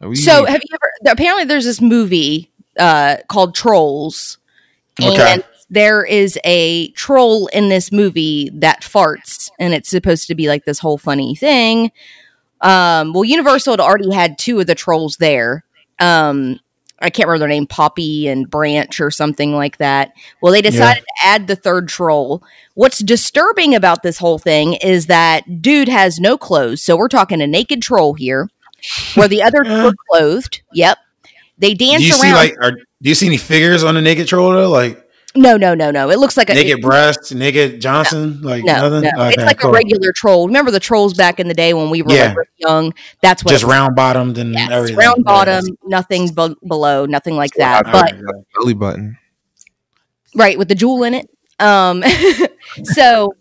Speaker 2: Are we-
Speaker 4: so have you ever, apparently there's this movie uh, called Trolls,
Speaker 3: Okay.
Speaker 4: and there is a troll in this movie that farts, and it's supposed to be like this whole funny thing. Um, well, Universal had already had two of the trolls there. Um, I can't remember their name, Poppy and Branch or something like that. Well, they decided to add the third troll. What's disturbing about this whole thing is that dude has no clothes. So we're talking a naked troll here, where the other two are clothed. Yep. They
Speaker 3: Do
Speaker 4: dance
Speaker 3: you
Speaker 4: around.
Speaker 3: see like? Are, do you see any figures on the naked troll though? Like
Speaker 4: no, no, no, no. It looks like a
Speaker 3: naked breasts, naked Johnson, like
Speaker 4: No,
Speaker 3: nothing.
Speaker 4: no. it's
Speaker 3: Okay,
Speaker 4: like
Speaker 3: cool.
Speaker 4: a regular troll. Remember the trolls back in the day when we were
Speaker 3: Yeah.
Speaker 4: like, really young? That's what
Speaker 3: just
Speaker 4: it was.
Speaker 3: round bottomed and
Speaker 4: Yes,
Speaker 3: everything.
Speaker 4: round
Speaker 3: Yeah.
Speaker 4: bottom, nothing b- below, nothing like that.
Speaker 2: Wow.
Speaker 3: All
Speaker 4: But
Speaker 3: right, yeah.
Speaker 2: belly button.
Speaker 4: right with the jewel in it. Um, so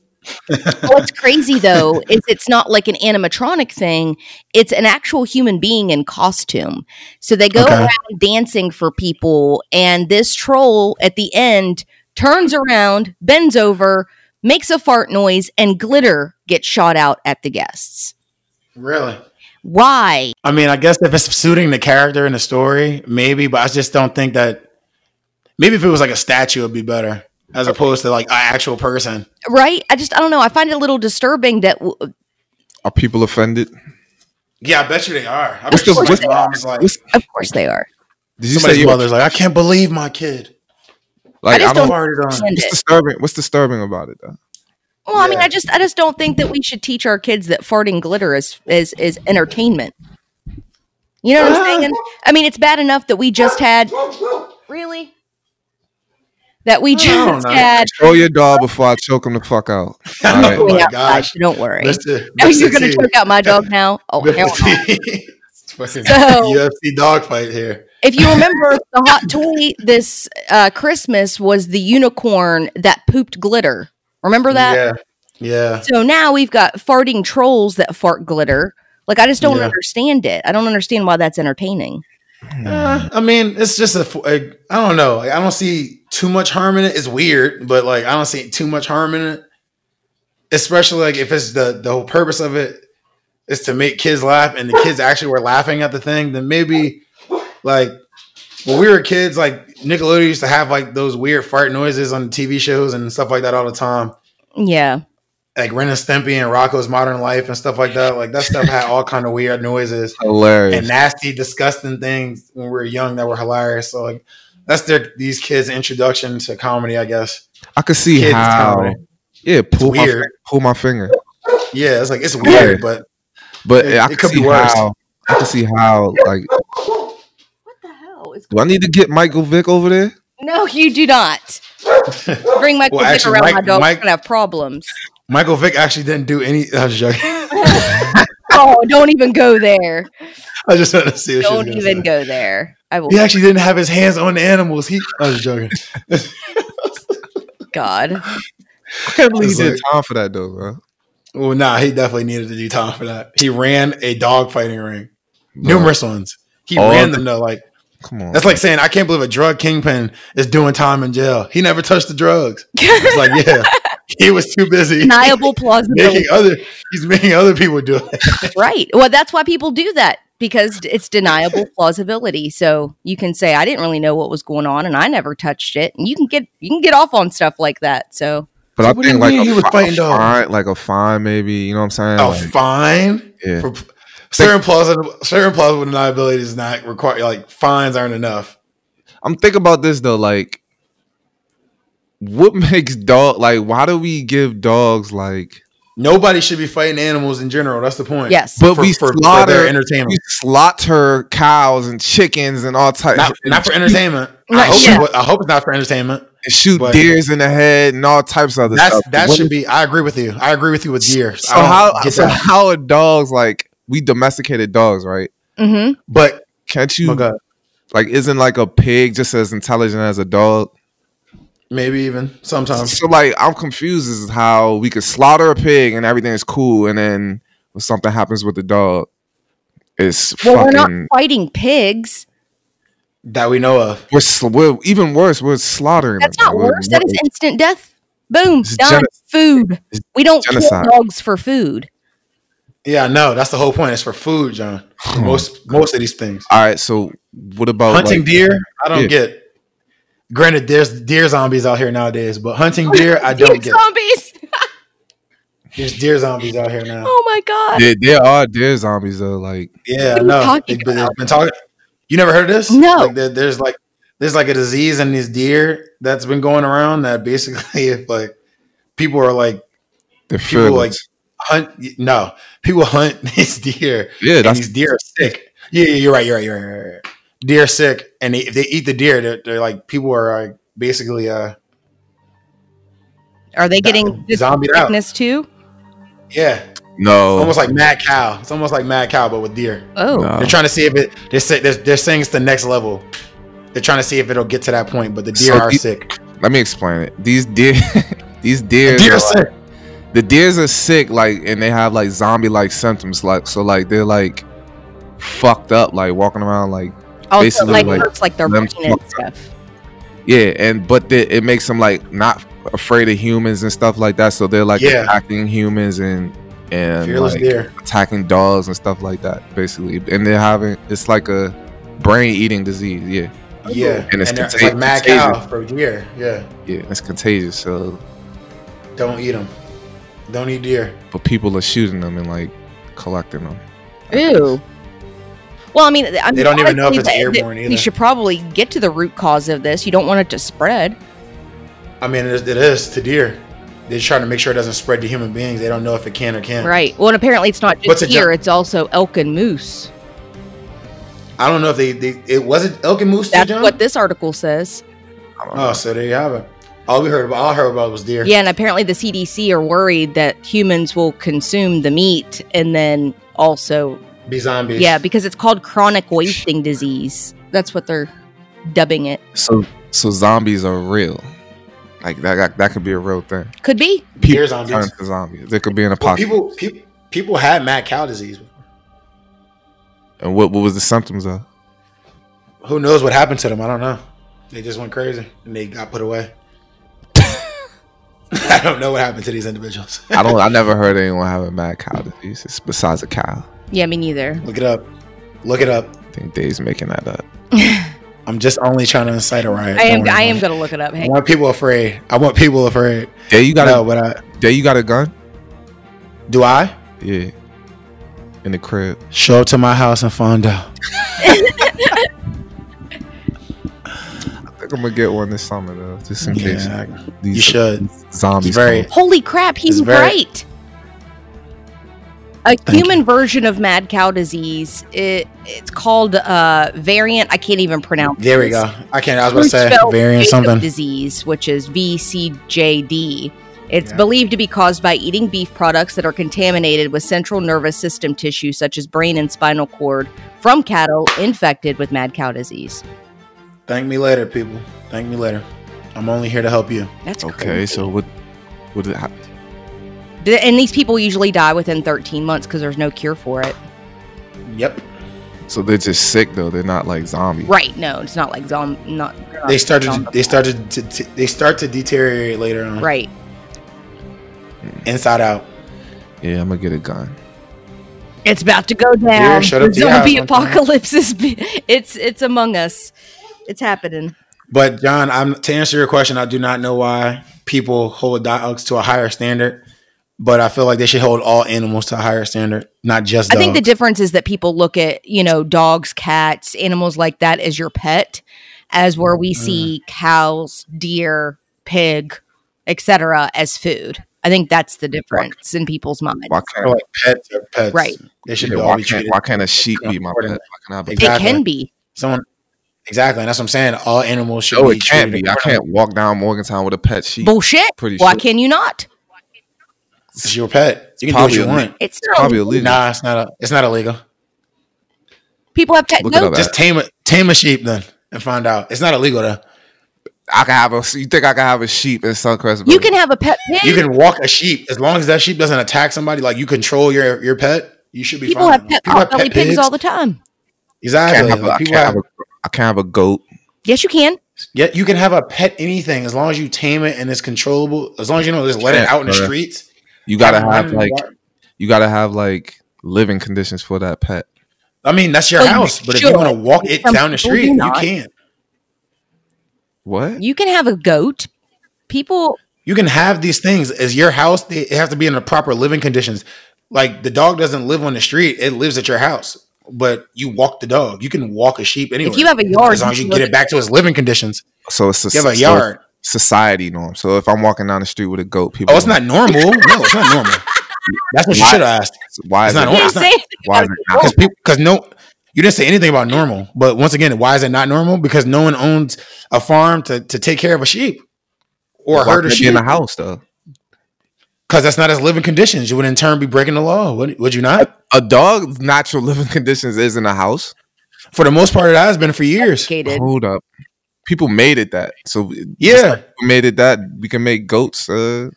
Speaker 4: what's crazy though is it's not like an animatronic thing; it's an actual human being in costume. So they go
Speaker 3: Okay.
Speaker 4: around dancing for people, and this troll at the end turns around, bends over, makes a fart noise, and glitter gets shot out at the guests.
Speaker 3: really.
Speaker 4: Why?
Speaker 3: I mean, I guess if it's suiting the character and the story, maybe, but I just don't think that maybe if it was like a statue it'd be better as opposed to like an actual person.
Speaker 4: Right? I just I don't know. I find it a little disturbing that w-
Speaker 2: Are people offended?
Speaker 3: Yeah, I bet you they are. I
Speaker 2: What's the-
Speaker 3: bet you
Speaker 2: what's-
Speaker 3: somebody's mom's like
Speaker 2: what's-
Speaker 4: of course they are.
Speaker 2: Did you say
Speaker 3: somebody's
Speaker 2: you
Speaker 3: mother's like, I can't believe my kid
Speaker 2: like?
Speaker 4: I
Speaker 2: I
Speaker 4: just
Speaker 2: don't.
Speaker 4: don't-
Speaker 3: farted on.
Speaker 4: Send
Speaker 2: What's
Speaker 4: it.
Speaker 2: disturbing? What's disturbing about it though?
Speaker 4: Well, I mean,
Speaker 3: Yeah.
Speaker 4: I just I just don't think that we should teach our kids that farting glitter is is is entertainment. You know what I'm saying? I mean, it's bad enough that we just had really that we
Speaker 3: don't
Speaker 4: just
Speaker 3: know.
Speaker 4: had
Speaker 2: Throw your dog before I choke him the fuck out. All right.
Speaker 3: Oh
Speaker 4: me
Speaker 3: my
Speaker 4: outside.
Speaker 3: gosh.
Speaker 4: Don't worry.
Speaker 3: Mr.
Speaker 4: Oh, you're
Speaker 3: Mr.
Speaker 4: gonna
Speaker 3: T.
Speaker 4: choke out my dog now. Oh hell
Speaker 3: Mr.
Speaker 4: no.
Speaker 3: T. It's fucking
Speaker 4: So-
Speaker 3: UFC dogfight here.
Speaker 4: if you remember the hot toy this uh, Christmas was the unicorn that pooped glitter. Remember that?
Speaker 3: Yeah.
Speaker 4: So now we've got farting trolls that fart glitter. Like I just don't
Speaker 3: Yeah.
Speaker 4: understand it. I don't understand why that's entertaining.
Speaker 3: Yeah. Uh, I mean, it's just a, a I don't know. Like, I don't see too much harm in it. It's weird, but like I don't see too much harm in it. Especially like if it's the the whole purpose of it is to make kids laugh and the kids actually were laughing at the thing, then maybe like when we were kids, like Nickelodeon used to have like those weird fart noises on TV shows and stuff like that all the time.
Speaker 4: Yeah.
Speaker 3: Like Ren and Stimpy and Rocco's Modern Life and stuff like that. Like that stuff had all kind of weird noises and
Speaker 2: Hilarious.
Speaker 3: nasty, disgusting things when we were young that were hilarious. So like that's their these kids' introduction to comedy, I guess.
Speaker 2: I could see
Speaker 3: Kids
Speaker 2: how.
Speaker 3: comedy.
Speaker 2: Yeah, pull my
Speaker 3: weird.
Speaker 2: pull my finger.
Speaker 3: Yeah, it's like it's weird, but
Speaker 2: But
Speaker 3: It-
Speaker 2: I
Speaker 3: it
Speaker 2: could
Speaker 3: could be
Speaker 2: see
Speaker 3: worse.
Speaker 2: how. I could see how. Like,
Speaker 4: What the hell is
Speaker 2: do I need to get Michael Vick over there?
Speaker 4: No, you do not. Bring Michael
Speaker 3: Well,
Speaker 4: Vick
Speaker 3: actually,
Speaker 4: around
Speaker 3: Mike-
Speaker 4: my dog.
Speaker 3: Mike-
Speaker 4: We're gonna have problems.
Speaker 3: Michael Vick actually didn't do any. I was joking.
Speaker 4: Oh, don't even go there.
Speaker 3: I just wanted to see. What she was
Speaker 4: Don't
Speaker 3: gonna
Speaker 4: even
Speaker 3: say.
Speaker 4: go there. I will
Speaker 3: He actually didn't have his hands on the animals. He. I was joking.
Speaker 4: God.
Speaker 2: I can't believe he
Speaker 3: It's
Speaker 2: did
Speaker 3: like-
Speaker 2: time for that though, bro.
Speaker 3: Well, nah, he definitely needed to do time for that. He ran a dog fighting ring, numerous ones. He
Speaker 2: All
Speaker 3: ran
Speaker 2: the-
Speaker 3: them though. Like
Speaker 2: Come on.
Speaker 3: that's like saying I can't believe a drug kingpin is doing time in jail. He never touched the drugs. It's like yeah, he was too busy.
Speaker 4: Deniable
Speaker 3: making
Speaker 4: plausibility.
Speaker 3: other he's making other people do it.
Speaker 4: right. Well, that's why people do that because it's deniable plausibility. So you can say I didn't really know what was going on and I never touched it. And you can get you can get off on stuff like that. So
Speaker 2: But I
Speaker 3: What do
Speaker 2: think
Speaker 3: you
Speaker 2: like
Speaker 3: mean
Speaker 2: a,
Speaker 3: he was
Speaker 2: fi- a
Speaker 3: fighting dogs?
Speaker 2: fine, like a fine, maybe. You know what I'm saying?
Speaker 3: A
Speaker 2: Like,
Speaker 3: fine
Speaker 2: yeah.
Speaker 3: for certain plausible certain plausible deniability is not required. Like fines aren't enough.
Speaker 2: I'm thinking about this though, like what makes dog like why do we give dogs like
Speaker 3: Nobody should be fighting animals in general. That's the point.
Speaker 4: Yes.
Speaker 2: But
Speaker 3: For-
Speaker 2: we
Speaker 3: for- for
Speaker 2: slaughter
Speaker 3: their entertainment.
Speaker 2: We slaughter cows and chickens and all types.
Speaker 3: Not, not for entertainment. I,
Speaker 4: Right,
Speaker 3: hope
Speaker 4: yeah.
Speaker 3: it- I hope it's not for entertainment.
Speaker 2: and shoot
Speaker 3: but-
Speaker 2: deers in the head and all types of other
Speaker 3: That's
Speaker 2: stuff.
Speaker 3: that
Speaker 2: What-
Speaker 3: should be. I agree with you. I agree with you with years.
Speaker 2: So how so how are dogs like we domesticated dogs, right?
Speaker 4: Mm-hmm.
Speaker 3: But
Speaker 2: Can't you
Speaker 3: oh God,
Speaker 2: like isn't like a pig just as intelligent as a dog?
Speaker 3: maybe even sometimes.
Speaker 2: So like I'm confused as to how we could slaughter a pig and everything is cool and then when something happens with the dog, it's
Speaker 4: Well,
Speaker 2: fucking
Speaker 4: we're not fighting pigs.
Speaker 3: that we know of.
Speaker 2: we're, sl- we're even worse, we're slaughtering
Speaker 4: That's
Speaker 2: them.
Speaker 4: not
Speaker 2: We're-
Speaker 4: worse. That is
Speaker 2: we're-
Speaker 4: instant death. Boom.
Speaker 2: It's
Speaker 4: done.
Speaker 2: geno-
Speaker 4: food.
Speaker 2: it's
Speaker 4: We don't kill
Speaker 2: genocide.
Speaker 4: dogs for food.
Speaker 3: Yeah, no, that's the whole point. It's for food, John.
Speaker 2: Hmm.
Speaker 3: Most most of these things.
Speaker 2: all right, so what about
Speaker 3: hunting
Speaker 2: like,
Speaker 3: deer, I don't
Speaker 2: Yeah.
Speaker 3: get. Granted, there's deer zombies out here nowadays, but hunting deer, I don't get.
Speaker 4: zombies.
Speaker 3: There's deer zombies out here now.
Speaker 4: Oh my god.
Speaker 2: There, there are deer zombies though, like
Speaker 3: Yeah,
Speaker 4: What are we
Speaker 3: no.
Speaker 4: talking
Speaker 3: They've been,
Speaker 4: about?
Speaker 3: they've been talking. You never heard of this?
Speaker 4: No.
Speaker 3: Like there, there's like there's like a disease in these deer that's been going around that basically if like people are like
Speaker 2: they're
Speaker 3: people like
Speaker 2: fearless.
Speaker 3: hunt no people hunt these deer
Speaker 2: yeah,
Speaker 3: and
Speaker 2: that's
Speaker 3: these deer are sick. Yeah, yeah, you're right. You're right. You're right. You're right, you're right. Deer are sick, and they, if they eat the deer, they're, they're like people are like basically uh
Speaker 4: Are they getting this
Speaker 3: zombied out.
Speaker 4: sickness too?
Speaker 3: Yeah,
Speaker 2: no.
Speaker 3: almost like mad cow. It's almost like mad cow, but with deer.
Speaker 4: Oh.
Speaker 2: No.
Speaker 3: They're trying to see if it. They're, say, they're they're saying it's the next level. They're trying to see if it'll get to that point, but the deer
Speaker 2: So
Speaker 3: are
Speaker 2: you-
Speaker 3: sick.
Speaker 2: Let me explain it. These deer, these deer,
Speaker 3: Deer
Speaker 2: are
Speaker 3: are sick.
Speaker 2: like- the deers are sick, like, and they have like zombie-like symptoms, like, so like they're like fucked up, like walking around, like,
Speaker 4: Also
Speaker 2: basically,
Speaker 4: like,
Speaker 2: like,
Speaker 4: hurts like their brain
Speaker 2: them
Speaker 4: and
Speaker 2: fucked
Speaker 4: stuff.
Speaker 2: yeah, and but they, it makes them like not afraid of humans and stuff like that, so they're like
Speaker 3: Yeah.
Speaker 2: attacking humans and and
Speaker 3: Fearless
Speaker 2: like,
Speaker 3: deer.
Speaker 2: attacking dogs and stuff like that, basically, and they're having it's like a brain-eating disease, yeah,
Speaker 3: Yeah,
Speaker 2: oh, And
Speaker 3: and,
Speaker 2: it's
Speaker 3: they're- it's,
Speaker 2: contag-
Speaker 3: like mad cow for deer. Yeah,
Speaker 2: yeah, it's contagious, so
Speaker 3: don't eat them. Don't eat deer.
Speaker 2: but people are shooting them and like collecting them.
Speaker 4: Ew. Well, I mean, I mean,
Speaker 3: don't even know if it's
Speaker 4: honestly, that- that-
Speaker 3: airborne
Speaker 4: We
Speaker 3: either.
Speaker 4: should probably get to the root cause of this. You don't want it to spread.
Speaker 3: I mean, it is, it is to deer. They're trying to make sure it doesn't spread to human beings. They don't know if it can or can't.
Speaker 4: Right. Well, and apparently it's not
Speaker 3: What's
Speaker 4: just
Speaker 3: a
Speaker 4: deer,
Speaker 3: gen-
Speaker 4: it's also elk and moose.
Speaker 3: I don't know if they, they it wasn't elk and moose. too,
Speaker 4: That's
Speaker 3: John?
Speaker 4: what this article says.
Speaker 3: Oh, so there you have it. All we heard about, all I heard about was deer.
Speaker 4: Yeah, and apparently the CDC are worried that humans will consume the meat and then also,
Speaker 3: be zombies.
Speaker 4: yeah, because it's called chronic wasting disease. That's what they're dubbing it.
Speaker 2: So so zombies are real. Like that that, that could be a real thing.
Speaker 4: Could be.
Speaker 3: Deer
Speaker 2: People
Speaker 3: zombies.
Speaker 2: turn to zombies. There could be an
Speaker 3: Well,
Speaker 2: apocalypse.
Speaker 3: people, people, people had mad cow disease.
Speaker 2: and what what was the symptoms of?
Speaker 3: Who knows what happened to them? I don't know. They just went crazy and they got put away. I don't know what happened to these individuals.
Speaker 2: I don't. I never heard anyone having mad cow disease it's besides a cow.
Speaker 4: Yeah, me neither.
Speaker 3: Look it up. Look it up.
Speaker 2: I think Dave's making that up.
Speaker 3: I'm just only trying to incite a riot.
Speaker 4: I
Speaker 3: Don't
Speaker 4: am
Speaker 3: worry
Speaker 4: I
Speaker 3: about
Speaker 4: am
Speaker 3: it.
Speaker 4: going to look it up.
Speaker 3: I
Speaker 4: Hank.
Speaker 3: want people afraid. I want people afraid.
Speaker 2: Dave, you got
Speaker 3: No,
Speaker 2: a
Speaker 3: but I,
Speaker 2: Dave, you got a gun?
Speaker 3: do I
Speaker 2: Yeah. In the crib.
Speaker 3: show up to my house and find out?
Speaker 2: I think I'm gonna get one this summer though, just in case.
Speaker 3: Yeah,
Speaker 2: These
Speaker 3: you should.
Speaker 2: zombies.
Speaker 3: It's very-
Speaker 2: come.
Speaker 4: Holy crap, he's
Speaker 3: It's very-
Speaker 4: right. A human version of mad cow disease. It it's called uh variant. I can't even pronounce.
Speaker 3: There we
Speaker 4: this.
Speaker 3: go. I can't. I was about to say
Speaker 4: Creutzfeldt-Jakob
Speaker 3: variant something.
Speaker 4: disease, which is VCJD. It's
Speaker 3: Yeah.
Speaker 4: believed to be caused by eating beef products that are contaminated with central nervous system tissue, such as brain and spinal cord, from cattle infected with mad cow disease.
Speaker 3: Thank me later, people. Thank me later. I'm only here to help you.
Speaker 4: That's
Speaker 2: Okay, so what what did it happen?
Speaker 4: Th- And these people usually die within 13 months because there's no cure for it.
Speaker 3: Yep.
Speaker 2: So they're just sick though. They're not like zombies.
Speaker 4: Right? No, it's not like zom. Not they're not
Speaker 3: They started.
Speaker 4: zombified.
Speaker 3: They started. To, to, they start to deteriorate later on.
Speaker 4: Right.
Speaker 3: Inside out.
Speaker 2: Yeah, I'm gonna get a gun.
Speaker 4: It's about to go down.
Speaker 3: Dear, shut up
Speaker 4: the
Speaker 3: to your house,
Speaker 4: zombie
Speaker 3: I'm telling you.
Speaker 4: apocalypse is. be- It's it's among us. It's happening.
Speaker 3: But John, I'm to answer your question. I do not know why people hold dogs to a higher standard, but I feel like they should hold all animals to a higher standard, not just.
Speaker 4: I
Speaker 3: Dogs.
Speaker 4: think the difference is that people look at you know dogs, cats, animals like that as your pet, as
Speaker 3: Mm.
Speaker 4: where we see cows, deer, pig, etc. as food. I think that's the difference in people's minds.
Speaker 2: Why
Speaker 3: Or
Speaker 2: can't,
Speaker 3: like pets or pets.
Speaker 4: Right.
Speaker 3: They should
Speaker 2: yeah,
Speaker 3: all
Speaker 2: why
Speaker 3: be
Speaker 2: can't,
Speaker 3: treated.
Speaker 2: why can't a sheep be my pet? Why
Speaker 3: accordingly.
Speaker 2: can't I have a
Speaker 4: It
Speaker 3: Exactly.
Speaker 4: can be.
Speaker 3: Someone exactly. And that's what I'm saying. All animals should
Speaker 2: No,
Speaker 3: be
Speaker 2: it can't
Speaker 3: treated
Speaker 2: be. I
Speaker 3: accordingly.
Speaker 2: can't walk down Morgantown with a pet sheep.
Speaker 4: Bullshit.
Speaker 2: Pretty
Speaker 4: Why
Speaker 2: sure.
Speaker 4: can you not?
Speaker 3: It's your pet. You can do what
Speaker 2: Probably
Speaker 3: you
Speaker 2: a-
Speaker 3: want.
Speaker 4: It's
Speaker 2: It's
Speaker 4: not.
Speaker 2: probably illegal.
Speaker 3: Nah, it's not. A, it's not illegal.
Speaker 4: People have pet
Speaker 2: Look it up,
Speaker 4: goats.
Speaker 3: Just tame a tame a sheep then and find out. It's not illegal though.
Speaker 2: I can have a. You think I can have a sheep in Suncrest?
Speaker 4: You can have a pet pig.
Speaker 3: You can walk a sheep as long as that sheep doesn't attack somebody. Like you control your your pet. You should be.
Speaker 4: people
Speaker 3: fine.
Speaker 4: have pet,
Speaker 3: People have
Speaker 4: potbelly
Speaker 3: pet
Speaker 4: pigs, all the time.
Speaker 2: I
Speaker 3: exactly.
Speaker 2: can't have a,
Speaker 3: Like,
Speaker 2: I
Speaker 3: people
Speaker 2: can't
Speaker 3: have-
Speaker 2: have a, I can't have a goat.
Speaker 4: Yes, you can.
Speaker 3: Yeah, you can have a pet anything as long as you tame it and it's controllable. As long as you don't just let it
Speaker 2: Can't,
Speaker 3: out in the
Speaker 2: bruh.
Speaker 3: streets.
Speaker 2: You gotta have
Speaker 3: Why-
Speaker 2: like you gotta have like living conditions for that pet.
Speaker 3: I mean, that's your
Speaker 4: Well, you
Speaker 3: house, but if you
Speaker 4: should.
Speaker 3: want to walk it
Speaker 4: Some
Speaker 3: down the
Speaker 4: people do
Speaker 3: street, you
Speaker 4: not.
Speaker 3: can.
Speaker 2: What?
Speaker 4: You can have a goat. People,
Speaker 3: You can have these things as your house. They have to be in the proper living conditions. Like the dog doesn't live on the street; it lives at your house. But you walk the dog. You can walk a sheep anywhere.
Speaker 4: if you have a yard,
Speaker 3: as long as
Speaker 4: you
Speaker 3: you
Speaker 4: can
Speaker 3: get it back to its living conditions.
Speaker 2: So it's a,
Speaker 3: You have a
Speaker 2: so
Speaker 3: yard.
Speaker 2: it's society norm. So if I'm walking down the street with a goat, people.
Speaker 3: Oh, it's not normal. No, it's not normal. That's what you
Speaker 2: Why-
Speaker 3: should have asked.
Speaker 2: Why is
Speaker 3: it's not
Speaker 2: it?
Speaker 4: You
Speaker 3: normal. It's
Speaker 4: didn't
Speaker 3: not-
Speaker 4: say anything
Speaker 2: Why is it
Speaker 4: about the
Speaker 2: not?
Speaker 4: goat.
Speaker 3: Because people, because no, you didn't say anything about normal. But once again, why is it not normal? Because no one owns a farm to, to take care of a sheep or a
Speaker 2: Why can't
Speaker 3: herd of
Speaker 2: it be
Speaker 3: sheep.
Speaker 2: in the house though.
Speaker 3: Because that's not his living conditions. You would in turn be breaking the law. Would, would you not?
Speaker 2: A dog's natural living conditions is in a house.
Speaker 3: For the most part, it has been for years.
Speaker 4: Complicated.
Speaker 2: Hold up, people made it that. So
Speaker 3: Yeah,
Speaker 2: we made it that we can make goats. Uh,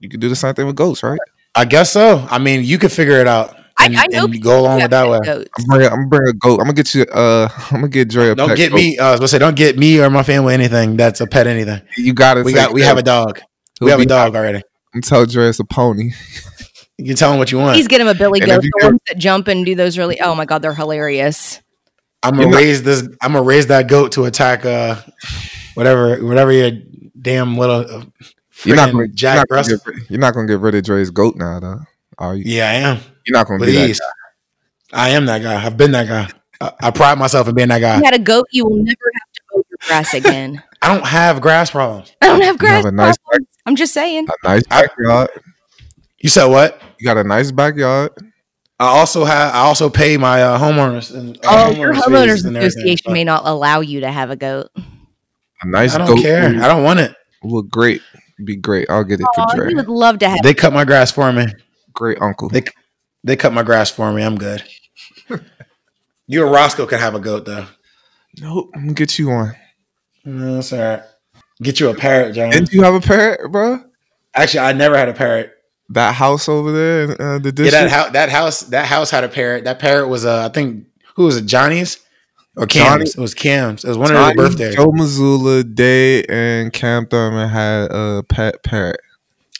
Speaker 2: you can do the same thing with goats, right?
Speaker 3: I guess so. I mean, you could figure it out
Speaker 4: I-
Speaker 3: and,
Speaker 4: I know
Speaker 3: and go along
Speaker 4: You
Speaker 3: with
Speaker 4: have
Speaker 3: that
Speaker 4: pet
Speaker 3: way.
Speaker 4: goats.
Speaker 2: I'm bring, I'm bring a goat. I'm gonna get you. Uh, I'm gonna get Dre a
Speaker 3: Don't
Speaker 2: pet
Speaker 3: get
Speaker 2: goat.
Speaker 3: me. Uh, I was gonna say, don't get me or my family anything that's a pet anything.
Speaker 2: You got it.
Speaker 3: We got, we have a dog. We have a dog already.
Speaker 2: Tell Dre it's a pony.
Speaker 3: You can tell him what you want.
Speaker 4: He's getting a Billy
Speaker 2: And
Speaker 4: goat.
Speaker 2: if you
Speaker 4: The
Speaker 2: go-
Speaker 4: ones that jump and do those really. Oh my god, they're hilarious.
Speaker 3: I'm gonna
Speaker 2: You're not-
Speaker 3: raise this. I'm gonna raise that goat to attack uh, whatever, whatever your damn little. Uh,
Speaker 2: You're not
Speaker 3: friggin'
Speaker 2: gonna,
Speaker 3: Jack
Speaker 2: you're not gonna
Speaker 3: Russell.
Speaker 2: get rid, you're not gonna get rid of Dre's goat now, though. Are you?
Speaker 3: Yeah, I am.
Speaker 2: You're not gonna do that.
Speaker 3: Please, I am that guy. I've been that guy. I, I pride myself in being that
Speaker 4: If
Speaker 3: guy.
Speaker 4: you had a goat, you will never have to mow your grass again.
Speaker 3: I don't have grass problems.
Speaker 4: I don't have
Speaker 2: You
Speaker 4: grass.
Speaker 2: have a nice
Speaker 4: problems. I'm just saying.
Speaker 2: A nice
Speaker 3: I-
Speaker 2: backyard.
Speaker 3: You said what?
Speaker 2: You got a nice backyard.
Speaker 3: I also have. I also pay my uh, homeowners. And, uh,
Speaker 4: Oh, your
Speaker 3: fees
Speaker 4: homeowners
Speaker 3: and everything,
Speaker 4: association
Speaker 3: but
Speaker 4: may not allow you to have a goat.
Speaker 2: A nice
Speaker 3: I don't
Speaker 2: goat.
Speaker 3: care. I don't want it.
Speaker 2: Would, would great. Be great. I'll get it
Speaker 4: Aw,
Speaker 2: for Dre.
Speaker 4: you would love to have.
Speaker 3: They cut my grass for me.
Speaker 2: Great uncle.
Speaker 3: They they cut my grass for me. I'm good. you and Roscoe could have a goat though.
Speaker 2: nope. I'm gonna get you one.
Speaker 3: No, that's all right. Get you a parrot, John.
Speaker 2: Didn't you have a parrot, bro?
Speaker 3: Actually, I never had a parrot.
Speaker 2: That house over there, in, uh, the
Speaker 3: Yeah,
Speaker 2: district.
Speaker 3: that house, that house, that house had a parrot. That parrot was, uh, I think, who was it, Johnny's or Cam's?
Speaker 2: Johnny-
Speaker 3: It was Cam's. It was one
Speaker 2: Johnny,
Speaker 3: of their birthdays.
Speaker 2: Joe Missoula, Day, and Cam Thurman had a pet parrot.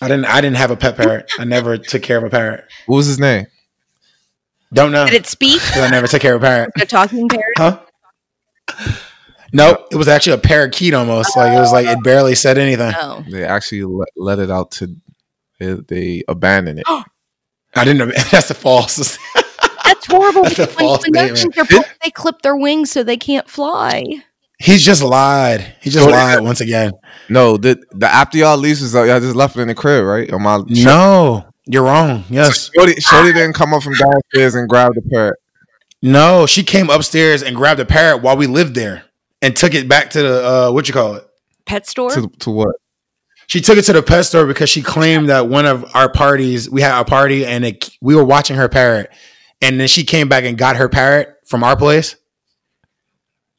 Speaker 3: I didn't, I didn't have a pet parrot. I never took care of a parrot.
Speaker 2: What was his name?
Speaker 3: Don't know
Speaker 4: Did it speak?
Speaker 3: 'cause I never took care of a parrot.
Speaker 4: A talking parrot.
Speaker 3: Huh? Nope. It was actually a parakeet almost. Like it was like it barely said anything.
Speaker 4: Oh.
Speaker 2: They actually let, let it out to. They, they abandoned it.
Speaker 3: I didn't. That's a false.
Speaker 4: That's horrible.
Speaker 3: That's a
Speaker 4: because when
Speaker 3: false
Speaker 4: when those
Speaker 3: statement.
Speaker 4: things are broke, they clip their wings so they can't fly.
Speaker 3: He's just lied. He just
Speaker 2: So-
Speaker 3: lied once again.
Speaker 2: No, the the after y'all leaves was uh, y'all just left it in the crib, right? On my
Speaker 3: No, you're wrong. Yes.
Speaker 2: Shorty, Shorty didn't come up from downstairs and grab the parrot.
Speaker 3: No, she came upstairs and grabbed a parrot while we lived there and took it back to the uh, what you call it.
Speaker 4: Pet store.
Speaker 2: To, to what?
Speaker 3: She took it to the pet store because she claimed that one of our parties, we had a party and it, we were watching her parrot, and then she came back and got her parrot from our place,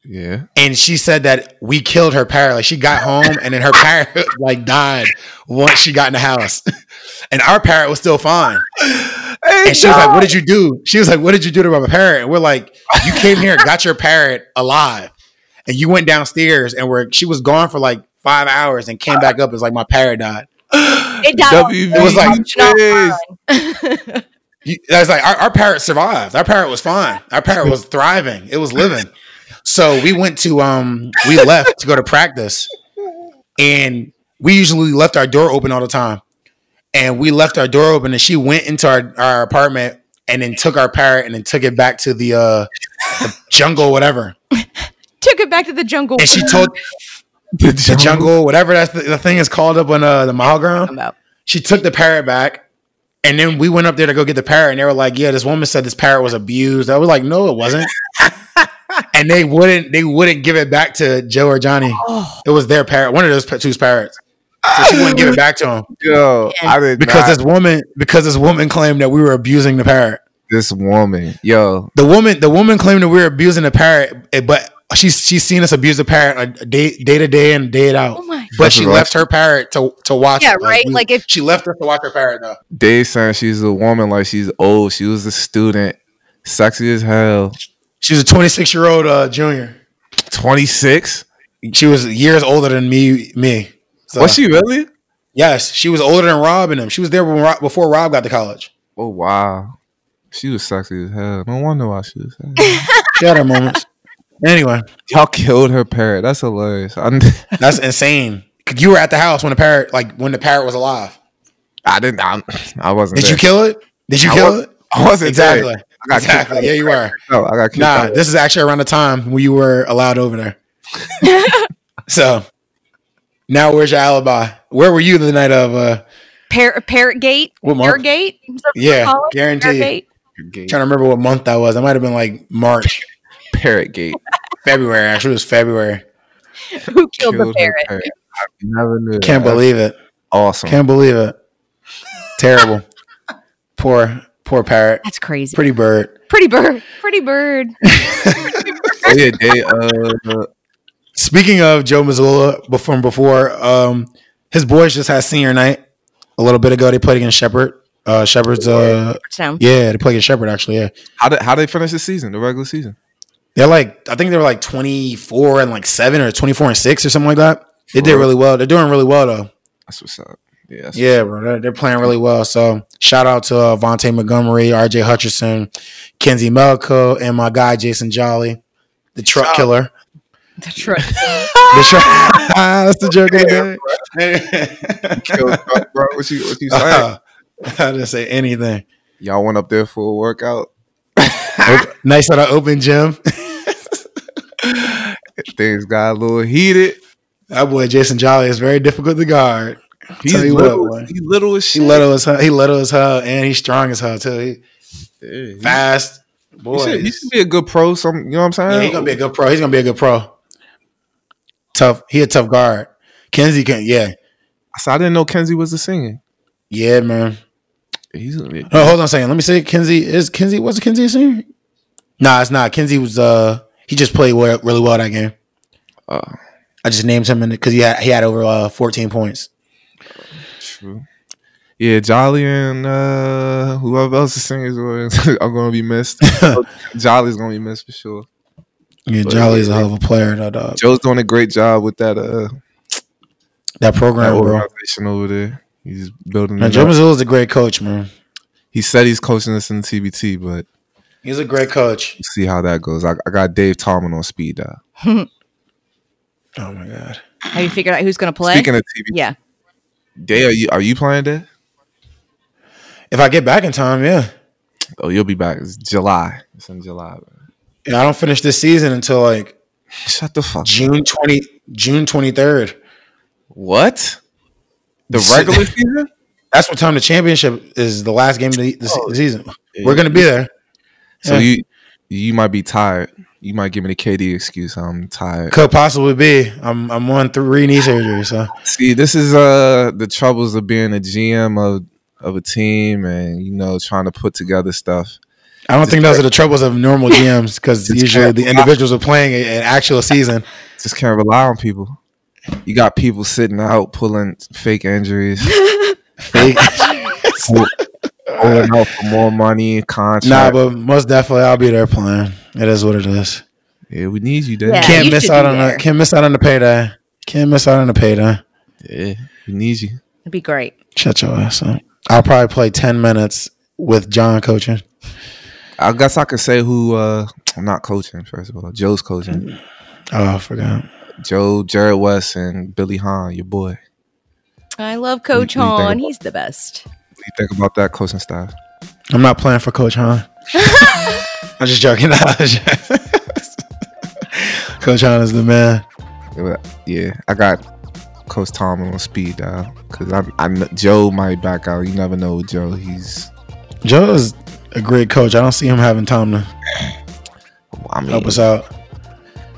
Speaker 2: Yeah.
Speaker 3: and she said that we killed her parrot. Like she got home and then her parrot like died once she got in the house, and our parrot was still fine. And she was like, "What did you do?" She was like, "What did you do to my parrot?" And we're like, "You came here, and got your parrot alive, and you went downstairs and were she was gone for like five hours and came back up. It's like my parrot died.
Speaker 4: It died. on-
Speaker 2: WV.
Speaker 3: It was like-
Speaker 4: it's not
Speaker 2: Yes.
Speaker 4: mine.
Speaker 3: You, I was like, our, our parrot survived. Our parrot was fine. Our parrot was thriving. It was living. So we went to um, we left to go to practice, and we usually left our door open all the time. And we left our door open, and she went into our, our apartment and then took our parrot and then took it back to the, uh, the jungle, whatever.
Speaker 4: Took it back to the jungle.
Speaker 3: And she told
Speaker 2: The
Speaker 3: the jungle, whatever that's the, the thing is called up on uh, the mile ground.
Speaker 4: about.
Speaker 3: She took the parrot back, and then we went up there to go get the parrot, and they were like, "Yeah, this woman said this parrot was abused." I was like, "No, it wasn't." and they wouldn't they wouldn't give it back to Joe or Johnny.
Speaker 4: Oh.
Speaker 3: It was their parrot, one of those two's parrots. So she wouldn't give it back to him
Speaker 2: Yo, I did
Speaker 3: because
Speaker 2: not-
Speaker 3: this woman because this woman claimed that we were abusing the parrot.
Speaker 2: this woman. Yo,
Speaker 3: The woman, the woman claimed that we were abusing the parrot, eh, but she's she's seen us abuse the parrot like, day day to day and day it out.
Speaker 4: Oh my
Speaker 3: but she
Speaker 2: That's
Speaker 3: left her parrot to to watch.
Speaker 4: Yeah,
Speaker 3: it.
Speaker 4: right?
Speaker 3: we-
Speaker 4: Like, if-
Speaker 3: she left us to watch her parrot though.
Speaker 2: Dave saying she's a woman, like she's old. She was a student, sexy as hell.
Speaker 3: She was a 26 year old uh, junior.
Speaker 2: Twenty six.
Speaker 3: She was years older than me. Me. So,
Speaker 2: Was she really?
Speaker 3: Yes, she was older than Rob and him. She was there when Rob, before Rob got to college.
Speaker 2: Oh wow, she was sexy as hell. No wonder why she was. Sexy.
Speaker 3: She had her moments. Anyway,
Speaker 2: Y'all killed her parrot. That's hilarious. I,
Speaker 3: that's insane. 'Cause You were at the house when the parrot, like when the parrot was alive.
Speaker 2: I didn't. I, I wasn't.
Speaker 3: Did you
Speaker 2: there.
Speaker 3: kill it? Did you
Speaker 2: I
Speaker 3: kill
Speaker 2: was-
Speaker 3: it?
Speaker 2: I wasn't
Speaker 3: Exactly.
Speaker 2: there. I got
Speaker 3: exactly.
Speaker 2: kicked
Speaker 3: Yeah, you were.
Speaker 2: out. I got kicked
Speaker 3: Nah,
Speaker 2: out.
Speaker 3: this is actually around the time when you were allowed over there. so now where's your alibi? Where were you the night of uh
Speaker 4: Par- parrot gate,
Speaker 3: What month?
Speaker 4: parrot gate. Is that what they
Speaker 3: Yeah,
Speaker 4: call it? Parrot
Speaker 3: guaranteed. trying
Speaker 4: gate?
Speaker 3: to remember what month that was. That might have been like March,
Speaker 2: Parrot gate.
Speaker 3: February. Actually, it was February.
Speaker 4: Who killed,
Speaker 2: Killed
Speaker 4: the
Speaker 2: her
Speaker 4: parrot?
Speaker 2: parrot. I never knew.
Speaker 3: Can't
Speaker 2: that.
Speaker 3: believe it.
Speaker 2: Awesome.
Speaker 3: Can't believe it. Terrible. poor poor parrot.
Speaker 4: That's crazy. Pretty,
Speaker 3: Pretty bird.
Speaker 4: bird. Pretty bird.
Speaker 2: oh yeah, they uh
Speaker 3: Speaking of Joe Missoula be- from before, um, his boys just had senior night a little bit ago. They played against Shepherd. Uh, Shepherd's uh,
Speaker 4: Touchdown.
Speaker 3: yeah, they played against Shepherd actually. Yeah,
Speaker 2: how did how they finish the season, the regular season?
Speaker 3: They're like, I think they were like 24 and like seven or 24 and six or something like that. They did really well. They're doing really well though.
Speaker 2: That's what's up. Yeah. That's
Speaker 3: Yeah, bro. They're, they're playing really well. So shout out to uh, Vontae Montgomery, RJ Hutchinson, Kenzie Melko, and my guy, Jason Jolly, the truck killer.
Speaker 4: That's right.
Speaker 3: The truck- That's the joke I did.
Speaker 2: killed, bro. What you what you saying?
Speaker 3: Uh, I didn't say anything.
Speaker 2: Y'all went up there for a workout.
Speaker 3: nice that I opened gym.
Speaker 2: Things got a little heated.
Speaker 3: That boy Jason Jolly is very difficult to guard.
Speaker 2: He's
Speaker 3: Tell you what,
Speaker 2: little.
Speaker 3: boy.
Speaker 2: he little as
Speaker 3: He
Speaker 2: shit.
Speaker 3: little as hell. He little as hell, and he's strong as hell too. He
Speaker 2: Yeah, he-
Speaker 3: fast.
Speaker 2: he,
Speaker 3: Boy,
Speaker 2: should, he should be a good pro. Some, you know what
Speaker 3: Yeah,
Speaker 2: I'm
Speaker 3: he's
Speaker 2: saying?
Speaker 3: gonna be a good pro. He's gonna be a good pro. Tough. He a tough guard. Kenzie can. Yeah.
Speaker 2: so I didn't know Kenzie was a singer.
Speaker 3: Yeah, man.
Speaker 2: He's gonna be-
Speaker 3: Oh, hold on a second. Let me see. Kenzie is Kenzie. Was it Kenzie a senior? Nah, it's not. Kenzie was. uh He just played well, really well that game. Uh.
Speaker 2: Oh.
Speaker 3: I just named him in because he had he had over uh, fourteen points.
Speaker 2: True. Yeah, Jolly and uh, whoever else the singers were are gonna be missed. Jolly's gonna be missed for sure.
Speaker 3: Yeah, Jolly's a hell of a player, uh, though, dog.
Speaker 2: Joe's doing a great job with that uh
Speaker 3: That
Speaker 2: that
Speaker 3: program, bro.
Speaker 2: organization over there. He's building.
Speaker 3: Now,
Speaker 2: it
Speaker 3: Joe
Speaker 2: up.
Speaker 3: Mazzulla's a great coach, man.
Speaker 2: He said he's coaching us in TBT, but
Speaker 3: He's a great coach.
Speaker 2: we'll see how that goes. I, I got Dave Tallman on speed dial.
Speaker 3: Oh my god.
Speaker 4: Have you figured out who's going to play?
Speaker 2: Speaking of TBT,
Speaker 4: yeah.
Speaker 2: Dave, are you are you playing there?
Speaker 3: If I get back in time, yeah.
Speaker 2: Oh, you'll be back. It's July. It's in July. Man.
Speaker 3: And I don't finish this season until like
Speaker 2: Shut the fuck. up.
Speaker 3: June twenty June twenty third.
Speaker 2: What? The
Speaker 3: Shit.
Speaker 2: regular season?
Speaker 3: That's what time the championship is. The last game of the, the se-
Speaker 2: Oh.
Speaker 3: season.
Speaker 2: Yeah.
Speaker 3: We're gonna be there.
Speaker 2: So
Speaker 3: Yeah.
Speaker 2: you you might be tired. You might give me the KD excuse. I'm tired.
Speaker 3: Could possibly be. I'm I'm on three knee surgeries. So
Speaker 2: See, this is uh the troubles of being a GM of of a team and you know trying to put together stuff.
Speaker 3: I don't think those are the troubles of normal GMs because
Speaker 2: It's
Speaker 3: usually the
Speaker 2: terrible.
Speaker 3: individuals are playing a- an actual season.
Speaker 2: Just can't rely on people. You got people sitting out pulling fake injuries,
Speaker 3: They-
Speaker 2: pulling out for more money, contract.
Speaker 3: nah, but most definitely I'll be there playing. It is what it is.
Speaker 2: yeah, we need you, Dave.
Speaker 4: Yeah.
Speaker 3: Can't
Speaker 4: you
Speaker 3: miss
Speaker 4: should
Speaker 3: out
Speaker 4: be
Speaker 3: on
Speaker 4: there.
Speaker 3: the can't miss out on the payday. Can't miss out on the payday.
Speaker 2: Yeah, we need you.
Speaker 4: It'd be great.
Speaker 3: Shut your ass up. I'll probably play ten minutes with John coaching.
Speaker 2: I guess I could say who uh I'm not coaching first of all. Joe's coaching.
Speaker 3: Oh, I forgot.
Speaker 2: Joe, Jared West, and Billy Hahn, your boy. What
Speaker 4: I love Coach
Speaker 2: You- you think
Speaker 4: Hahn.
Speaker 2: about-
Speaker 4: He's the best.
Speaker 2: do you think about that coaching staff?
Speaker 3: I'm not playing for Coach Han. I'm just joking. I'm just joking. Coach Han is the man.
Speaker 2: Yeah, I got Coach Tomlin on speed dial because I, I kn- Joe might back out. You never know with Joe. He's
Speaker 3: Joe is a great coach. I don't see him having time to
Speaker 2: I mean,
Speaker 3: help us out.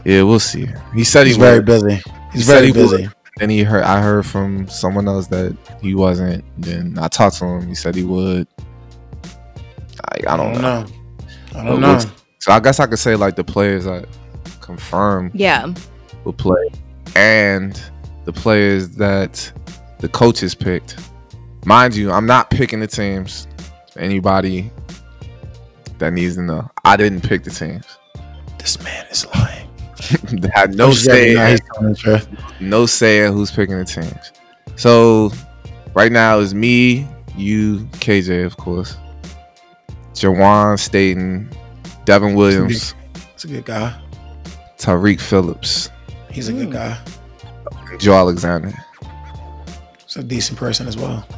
Speaker 2: yeah, we'll see. He said
Speaker 3: He's
Speaker 2: he
Speaker 3: very
Speaker 2: very busy.
Speaker 3: busy. He's
Speaker 2: He said
Speaker 3: very
Speaker 2: he
Speaker 3: busy.
Speaker 2: Then he heard I heard from someone else that he wasn't. Then I talked to him. He said he would. I, I
Speaker 3: I
Speaker 2: don't
Speaker 3: don't
Speaker 2: know.
Speaker 3: know. I don't
Speaker 2: But
Speaker 3: know.
Speaker 2: we'll- So I guess I could say like the players that confirmed
Speaker 4: Yeah.
Speaker 2: will play and the players that the coaches picked. Mind you, I'm not picking the teams. Anybody that needs to know, I didn't pick the teams.
Speaker 3: This man is lying.
Speaker 2: They had no
Speaker 3: He's
Speaker 2: say,
Speaker 3: definitely not- he's telling the truth.
Speaker 2: no say in who's picking the teams. So right now is me, you, KJ, of course, Jawan Staten, Devin Williams,
Speaker 3: He's a good guy.
Speaker 2: Tariq Phillips,
Speaker 3: He's a good guy.
Speaker 2: and Joe Alexander.
Speaker 3: He's a decent person as well.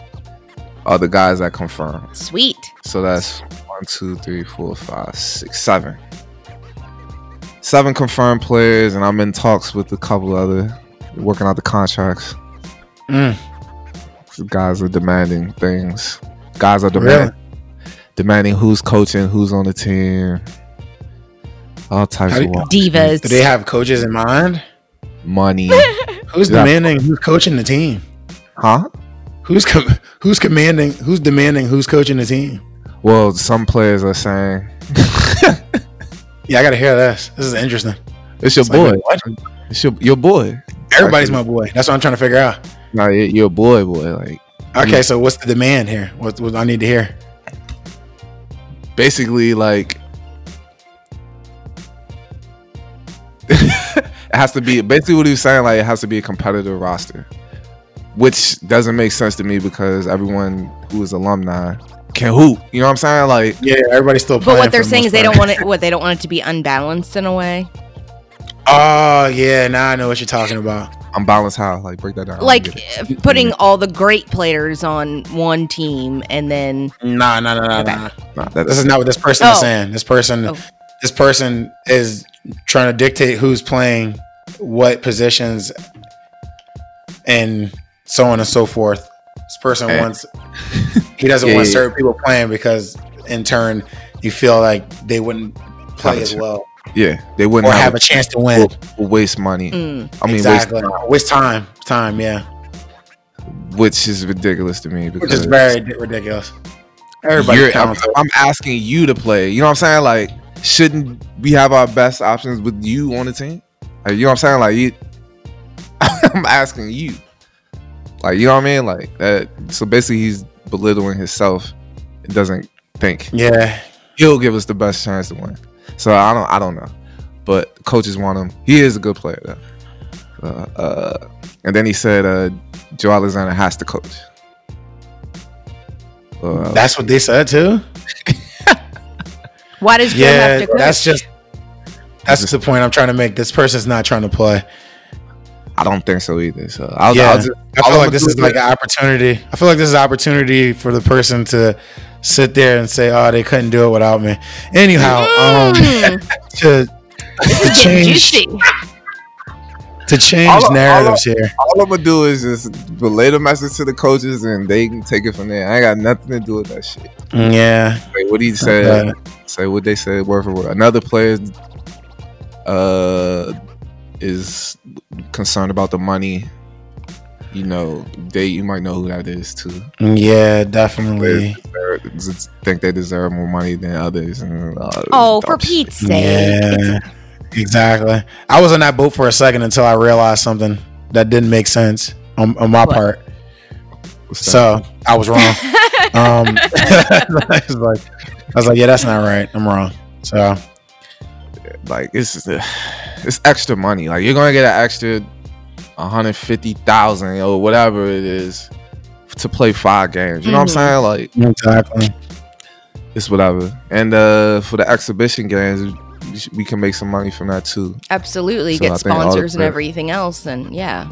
Speaker 2: Are the guys that confirmed.
Speaker 4: Sweet.
Speaker 2: So that's one, two, three, four, five, six, seven. Seven confirmed players, and I'm in talks with a couple other working out the contracts.
Speaker 3: Mm.
Speaker 2: Guys are demanding things. Guys are demanding demanding who's coaching, who's on the team, all types
Speaker 3: How do
Speaker 2: of
Speaker 3: you-
Speaker 2: wild
Speaker 4: Divas.
Speaker 3: Do they have coaches in mind?
Speaker 2: money,
Speaker 3: Who's
Speaker 2: Yeah.
Speaker 3: demanding? Who's coaching the team?
Speaker 2: huh?
Speaker 3: Who's com- who's commanding? Who's demanding? Who's coaching the team?
Speaker 2: Well, some players are saying
Speaker 3: Yeah, I gotta hear this. This is interesting.
Speaker 2: it's your
Speaker 3: It's
Speaker 2: boy,
Speaker 3: like, what?
Speaker 2: it's your your boy.
Speaker 3: Everybody's my boy. That's what I'm trying to figure out.
Speaker 2: Like, your boy, boy. Like
Speaker 3: Okay, so what's the demand here? What, what I need to hear?
Speaker 2: basically like it has to be basically what he was saying like it has to be a competitive roster which doesn't make sense to me because everyone who is alumni can hoop you know what i'm saying like
Speaker 3: Yeah, everybody's still.
Speaker 4: but
Speaker 3: Playing
Speaker 4: what
Speaker 3: for
Speaker 4: they're
Speaker 3: the
Speaker 4: saying
Speaker 3: most
Speaker 4: is they
Speaker 3: part.
Speaker 4: don't want it. What they don't want it to be unbalanced in a way.
Speaker 3: Oh yeah, now I know what you're talking about.
Speaker 2: i'm balanced how like break that down I don't
Speaker 4: Like
Speaker 2: get it.
Speaker 4: if putting all the great players on one team and then
Speaker 3: Nah, nah, nah, nah, nah.
Speaker 2: Nah, that-
Speaker 3: This is not what this person is
Speaker 4: Oh.
Speaker 3: saying. This person,
Speaker 4: Oh.
Speaker 3: this person is trying to dictate who's playing what positions, and so on and so forth. This person
Speaker 2: Hey.
Speaker 3: wants. He doesn't
Speaker 2: Yeah,
Speaker 3: want
Speaker 2: yeah,
Speaker 3: certain people playing because, in turn, you feel like they wouldn't play
Speaker 2: Have a
Speaker 3: as
Speaker 2: chance.
Speaker 3: well
Speaker 2: yeah they wouldn't
Speaker 3: or
Speaker 2: have,
Speaker 3: have a chance to win.
Speaker 2: will waste money
Speaker 4: mm,
Speaker 2: i mean
Speaker 3: exactly. Waste time. Time. Yeah.
Speaker 2: waste, which is ridiculous to me
Speaker 3: Which
Speaker 2: because
Speaker 3: is very di- ridiculous. Everybody
Speaker 2: You're- I'm,
Speaker 3: counts.
Speaker 2: I'm asking you to play. You know what I'm saying? Like, shouldn't we have our best options with you on the team? Like, you know what I'm saying? Like, you, I'm asking you. Like, you know what I mean? Like that. So basically, he's belittling himself. and doesn't think
Speaker 3: Yeah.
Speaker 2: he'll give us the best chance to win. So I don't. I don't know. But coaches want him. He is a good player though. Uh, uh, and then he said, uh, Joe Alexander has to coach. Uh,
Speaker 3: That's what they said too.
Speaker 4: why does Joe
Speaker 3: Yeah,
Speaker 4: have to coach?
Speaker 3: that's just that's the point I'm trying to make. This person's not trying to play.
Speaker 2: I don't think so either. So I'll,
Speaker 3: Yeah.
Speaker 2: I'll just,
Speaker 3: I
Speaker 2: all
Speaker 3: feel
Speaker 2: I'ma
Speaker 3: like this
Speaker 2: do
Speaker 3: is like an opportunity. I feel like this is an opportunity for the person to sit there and say, "Oh, they couldn't do it without me." Anyhow, um,
Speaker 4: Mm,
Speaker 3: to to
Speaker 4: getting
Speaker 3: change
Speaker 4: juicy.
Speaker 3: to change
Speaker 2: All I- all
Speaker 3: narratives here.
Speaker 2: all I'm gonna do is just relay the message to the coaches and they can take it from there. I ain't got nothing to do with that shit.
Speaker 3: Yeah,
Speaker 2: Like what he said,
Speaker 3: Okay.
Speaker 2: say what they said word for word. Another player uh is concerned about the money. You know, they you might know who that is too.
Speaker 3: yeah, definitely.
Speaker 2: They just think they deserve more money than others. And, uh,
Speaker 4: Oh, for
Speaker 2: dumb shit.
Speaker 4: Pete's sake.
Speaker 3: Yeah, exactly. I was on that boat for a second until I realized something that didn't make sense on, on my
Speaker 4: What?
Speaker 3: part.
Speaker 2: What's that?
Speaker 3: So I was wrong. um, I was like, I was like, yeah, that's not right. I'm wrong. So
Speaker 2: like it's just, uh, it's extra money. Like you're gonna get an extra 150,000 or whatever it is to play five games. You know
Speaker 4: Mhm.
Speaker 2: what I'm saying? Like
Speaker 3: exactly.
Speaker 2: it's whatever. And uh for the exhibition games, we sh- we can make some money from that too.
Speaker 4: Absolutely.
Speaker 2: So I
Speaker 4: Get
Speaker 2: think all the
Speaker 4: sponsors and
Speaker 2: players-
Speaker 4: everything else. And yeah.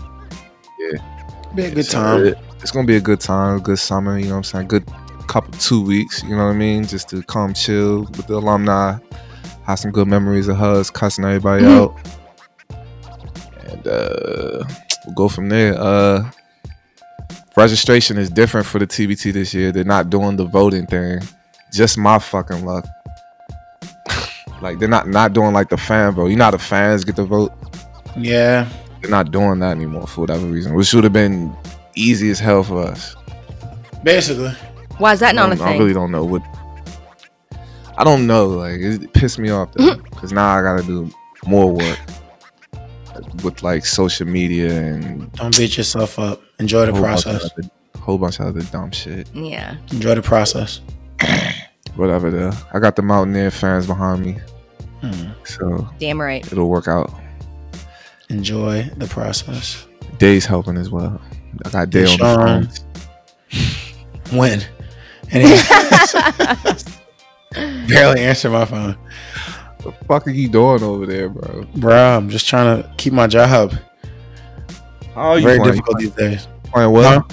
Speaker 3: Be a good
Speaker 2: So
Speaker 3: time.
Speaker 2: it- it's gonna be a good time, a good summer. You know what I'm saying? Good couple two weeks. You know what I mean? Just to come chill with the alumni, have
Speaker 3: Mm.
Speaker 2: some good memories of us, cussing everybody
Speaker 4: Mhm.
Speaker 2: out. And uh we'll go from there. Uh, registration is different for the TBT this year. They're not doing the voting thing. Just my fucking luck. like they're not not doing like the fan vote. You know how the fans get to vote.
Speaker 3: Yeah.
Speaker 2: They're not doing that anymore for whatever reason, which would have been easy as hell for us.
Speaker 3: Basically.
Speaker 4: Why is that not
Speaker 2: I
Speaker 4: a
Speaker 2: don't- I
Speaker 4: thing?
Speaker 2: really don't know what. I don't know. Like it pissed me off though, because now I gotta do more work with like social media and
Speaker 3: Don't beat yourself up. Enjoy the
Speaker 2: whole bunch of
Speaker 3: process.
Speaker 2: other- whole bunch of other dumb shit.
Speaker 4: yeah.
Speaker 3: Enjoy the process.
Speaker 2: Whatever. Though. I got the Mountaineer fans behind me,
Speaker 3: Hmm.
Speaker 2: so
Speaker 4: Damn right.
Speaker 2: it'll work out.
Speaker 3: Enjoy the process.
Speaker 2: Day's helping as well. I got Day on the
Speaker 3: Deshaun.
Speaker 2: phone.
Speaker 3: When? And he- barely answer my phone.
Speaker 2: What the fuck are you doing over there, bro?
Speaker 3: Bruh, I'm just trying to keep my job.
Speaker 2: How are Oh, you
Speaker 3: Very
Speaker 2: playing?
Speaker 3: difficult these days.
Speaker 2: You playing well?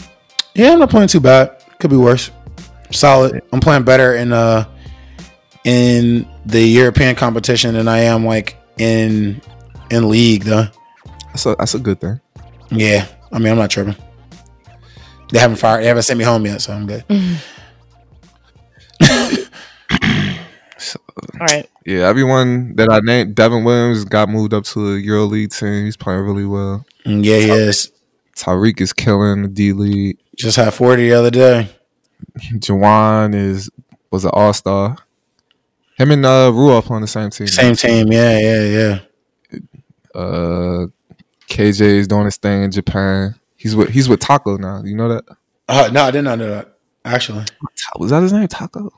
Speaker 3: Yeah, I'm not playing too bad. Could be worse. Solid. I'm playing better in uh in the European competition than I am like in in league though.
Speaker 2: That's a that's a good thing.
Speaker 3: Yeah, I mean I'm not tripping. They haven't fired. They haven't sent me home yet, so I'm good.
Speaker 4: All right.
Speaker 2: Yeah, everyone that I named, Devin Williams got moved up to the EuroLeague team. He's playing really well.
Speaker 3: Mm, Yeah, he is.
Speaker 2: Tyreek is killing the D League.
Speaker 3: Just had 40 the other day.
Speaker 2: Jawan is was an All Star. Him and uh, Ruoff on the same team.
Speaker 3: Same team. Yeah, yeah, yeah.
Speaker 2: Uh, KJ is doing his thing in Japan. He's with he's with Taco now. You know that?
Speaker 3: Oh no, I did not know that. Actually,
Speaker 2: Ta- Was that his name? Taco.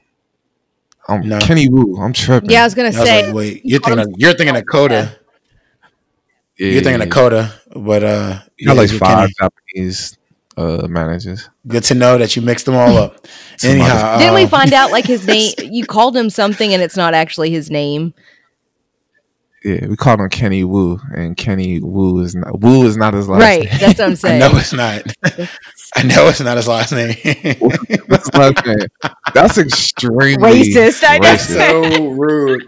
Speaker 2: Um,
Speaker 3: No.
Speaker 2: Kenny Wu. I'm tripping.
Speaker 4: Yeah, I was gonna
Speaker 3: I was
Speaker 4: say.
Speaker 3: like, wait, you're thinking of, you're thinking of Coda.
Speaker 2: Yeah,
Speaker 3: You're thinking of Coda, but uh,
Speaker 2: He got like
Speaker 3: you
Speaker 2: five
Speaker 3: can't-
Speaker 2: Japanese uh, managers.
Speaker 3: Good to know that you mixed them all up. Anyhow,
Speaker 4: Didn't we
Speaker 3: uh,
Speaker 4: find out like his name? You called him something, and it's not actually his name.
Speaker 2: Yeah, we called him Kenny Wu, and Kenny Wu is not Wu is not his last
Speaker 4: right.
Speaker 2: name.
Speaker 4: That's what I'm
Speaker 3: I
Speaker 4: saying.
Speaker 3: know it's not. I know it's not his last name.
Speaker 2: That's not fair. That's extremely
Speaker 4: Racist, I know.
Speaker 2: racist.
Speaker 3: so rude.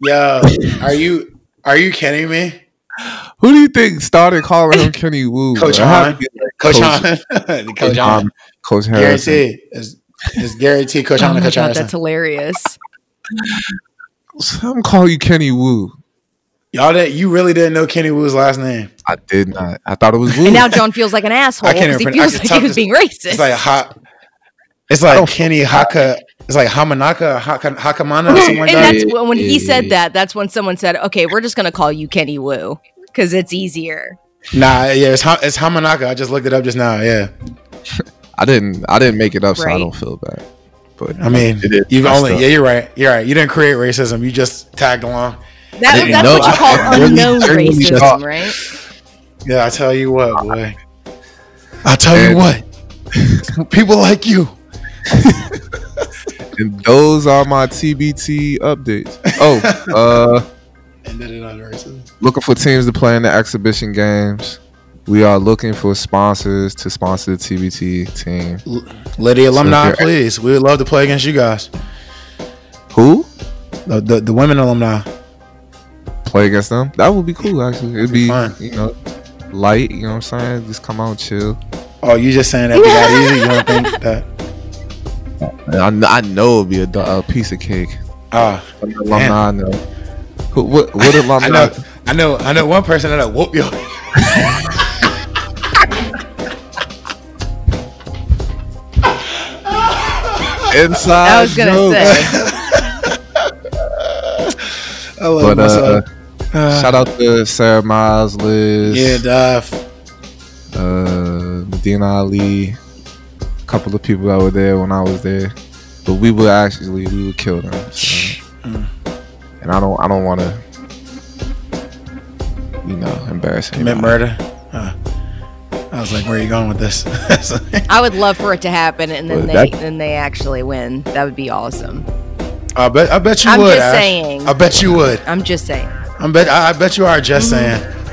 Speaker 3: Yo, are you are you kidding me,
Speaker 2: Who do you think started calling him Kenny Wu?
Speaker 3: Coach
Speaker 2: bro? I have
Speaker 3: Han?
Speaker 2: to get, like,
Speaker 3: Coach Han? Coach Han,
Speaker 2: Han, Coach Harrison.
Speaker 3: guarantee it's, it's guaranteed. Coach
Speaker 4: Oh
Speaker 3: Han
Speaker 4: my
Speaker 3: and Coach
Speaker 4: God,
Speaker 3: Harrison.
Speaker 4: that's hilarious.
Speaker 2: I'm calling you Kenny Wu.
Speaker 3: Y'all that you really didn't know Kenny Wu's last name.
Speaker 2: I did not. I thought it was Wu.
Speaker 4: And now John feels like an asshole
Speaker 3: I can't
Speaker 4: because he
Speaker 3: even- I
Speaker 4: feels
Speaker 3: can
Speaker 4: like
Speaker 3: tell
Speaker 4: he was
Speaker 3: this-
Speaker 4: being racist.
Speaker 3: It's like hot. It's
Speaker 2: I
Speaker 3: like
Speaker 2: don't-
Speaker 3: Kenny Haka. It's like Hamanaka, Haka, Hakamana, or something like
Speaker 4: and
Speaker 3: that.
Speaker 4: that's when, when he
Speaker 2: Yeah.
Speaker 4: said that. That's when someone said, "Okay, we're just gonna call you Kenny Wu because it's easier."
Speaker 3: Nah, yeah, it's, ha- it's Hamanaka. I just looked it up just now. Yeah,
Speaker 2: I didn't. I didn't make it up, so I
Speaker 4: Right.
Speaker 2: don't feel bad. But
Speaker 3: I mean,
Speaker 2: It is
Speaker 3: you've
Speaker 2: messed
Speaker 3: only
Speaker 2: up.
Speaker 3: yeah, you're right. You're right. You didn't create racism. You just tagged along.
Speaker 4: That,
Speaker 2: didn't
Speaker 4: that's
Speaker 2: know.
Speaker 4: what you call
Speaker 2: I- I really-
Speaker 4: unknown
Speaker 2: really
Speaker 4: racism,
Speaker 2: thought-
Speaker 4: right?
Speaker 3: Yeah, I tell you what, boy. I tell
Speaker 2: And-
Speaker 3: you what. People like you.
Speaker 2: and those are my TBT updates. Oh, uh,
Speaker 3: And then it on racism.
Speaker 2: looking for teams to play in the exhibition games. We are looking for sponsors to sponsor the TBT team.
Speaker 3: Liddy alumni,
Speaker 2: you're-
Speaker 3: please. We would love to play against you guys.
Speaker 2: Who?
Speaker 3: The the, the women alumni.
Speaker 2: play against them. That would be cool actually. It'd be
Speaker 3: fun.
Speaker 2: you know light, you know what I'm saying? Just come out and chill.
Speaker 3: Oh, you just saying that we got easy? You don't think that?
Speaker 2: And I, kn- I know it'd be a, do- a piece of cake.
Speaker 3: Ah,
Speaker 2: From the alumni I know. Who, what what
Speaker 3: I
Speaker 2: alumni?
Speaker 3: know, I know, I know one person that'll whoop your.
Speaker 2: Inside
Speaker 4: I was gonna
Speaker 2: joke.
Speaker 4: say.
Speaker 3: I love
Speaker 2: But uh,
Speaker 3: myself. Uh,
Speaker 2: shout out to Sarah Miles, Liz,
Speaker 3: yeah, Duff.
Speaker 2: uh, Medina Ali, a couple of people that were there when I was there. But we would actually we would kill them. So. And I don't I don't want to you know embarrass
Speaker 3: Commit
Speaker 2: anybody.
Speaker 3: murder. Uh, I was like, where are you going with this?
Speaker 4: I would love for it to happen, and then
Speaker 2: Well,
Speaker 4: they
Speaker 2: that-
Speaker 4: then they actually win. That would be awesome.
Speaker 3: I bet, I bet you
Speaker 4: I'm
Speaker 3: would.
Speaker 4: just
Speaker 3: Ash.
Speaker 4: saying.
Speaker 3: I bet you would.
Speaker 4: I'm just saying.
Speaker 3: I bet, I, I bet you are just saying.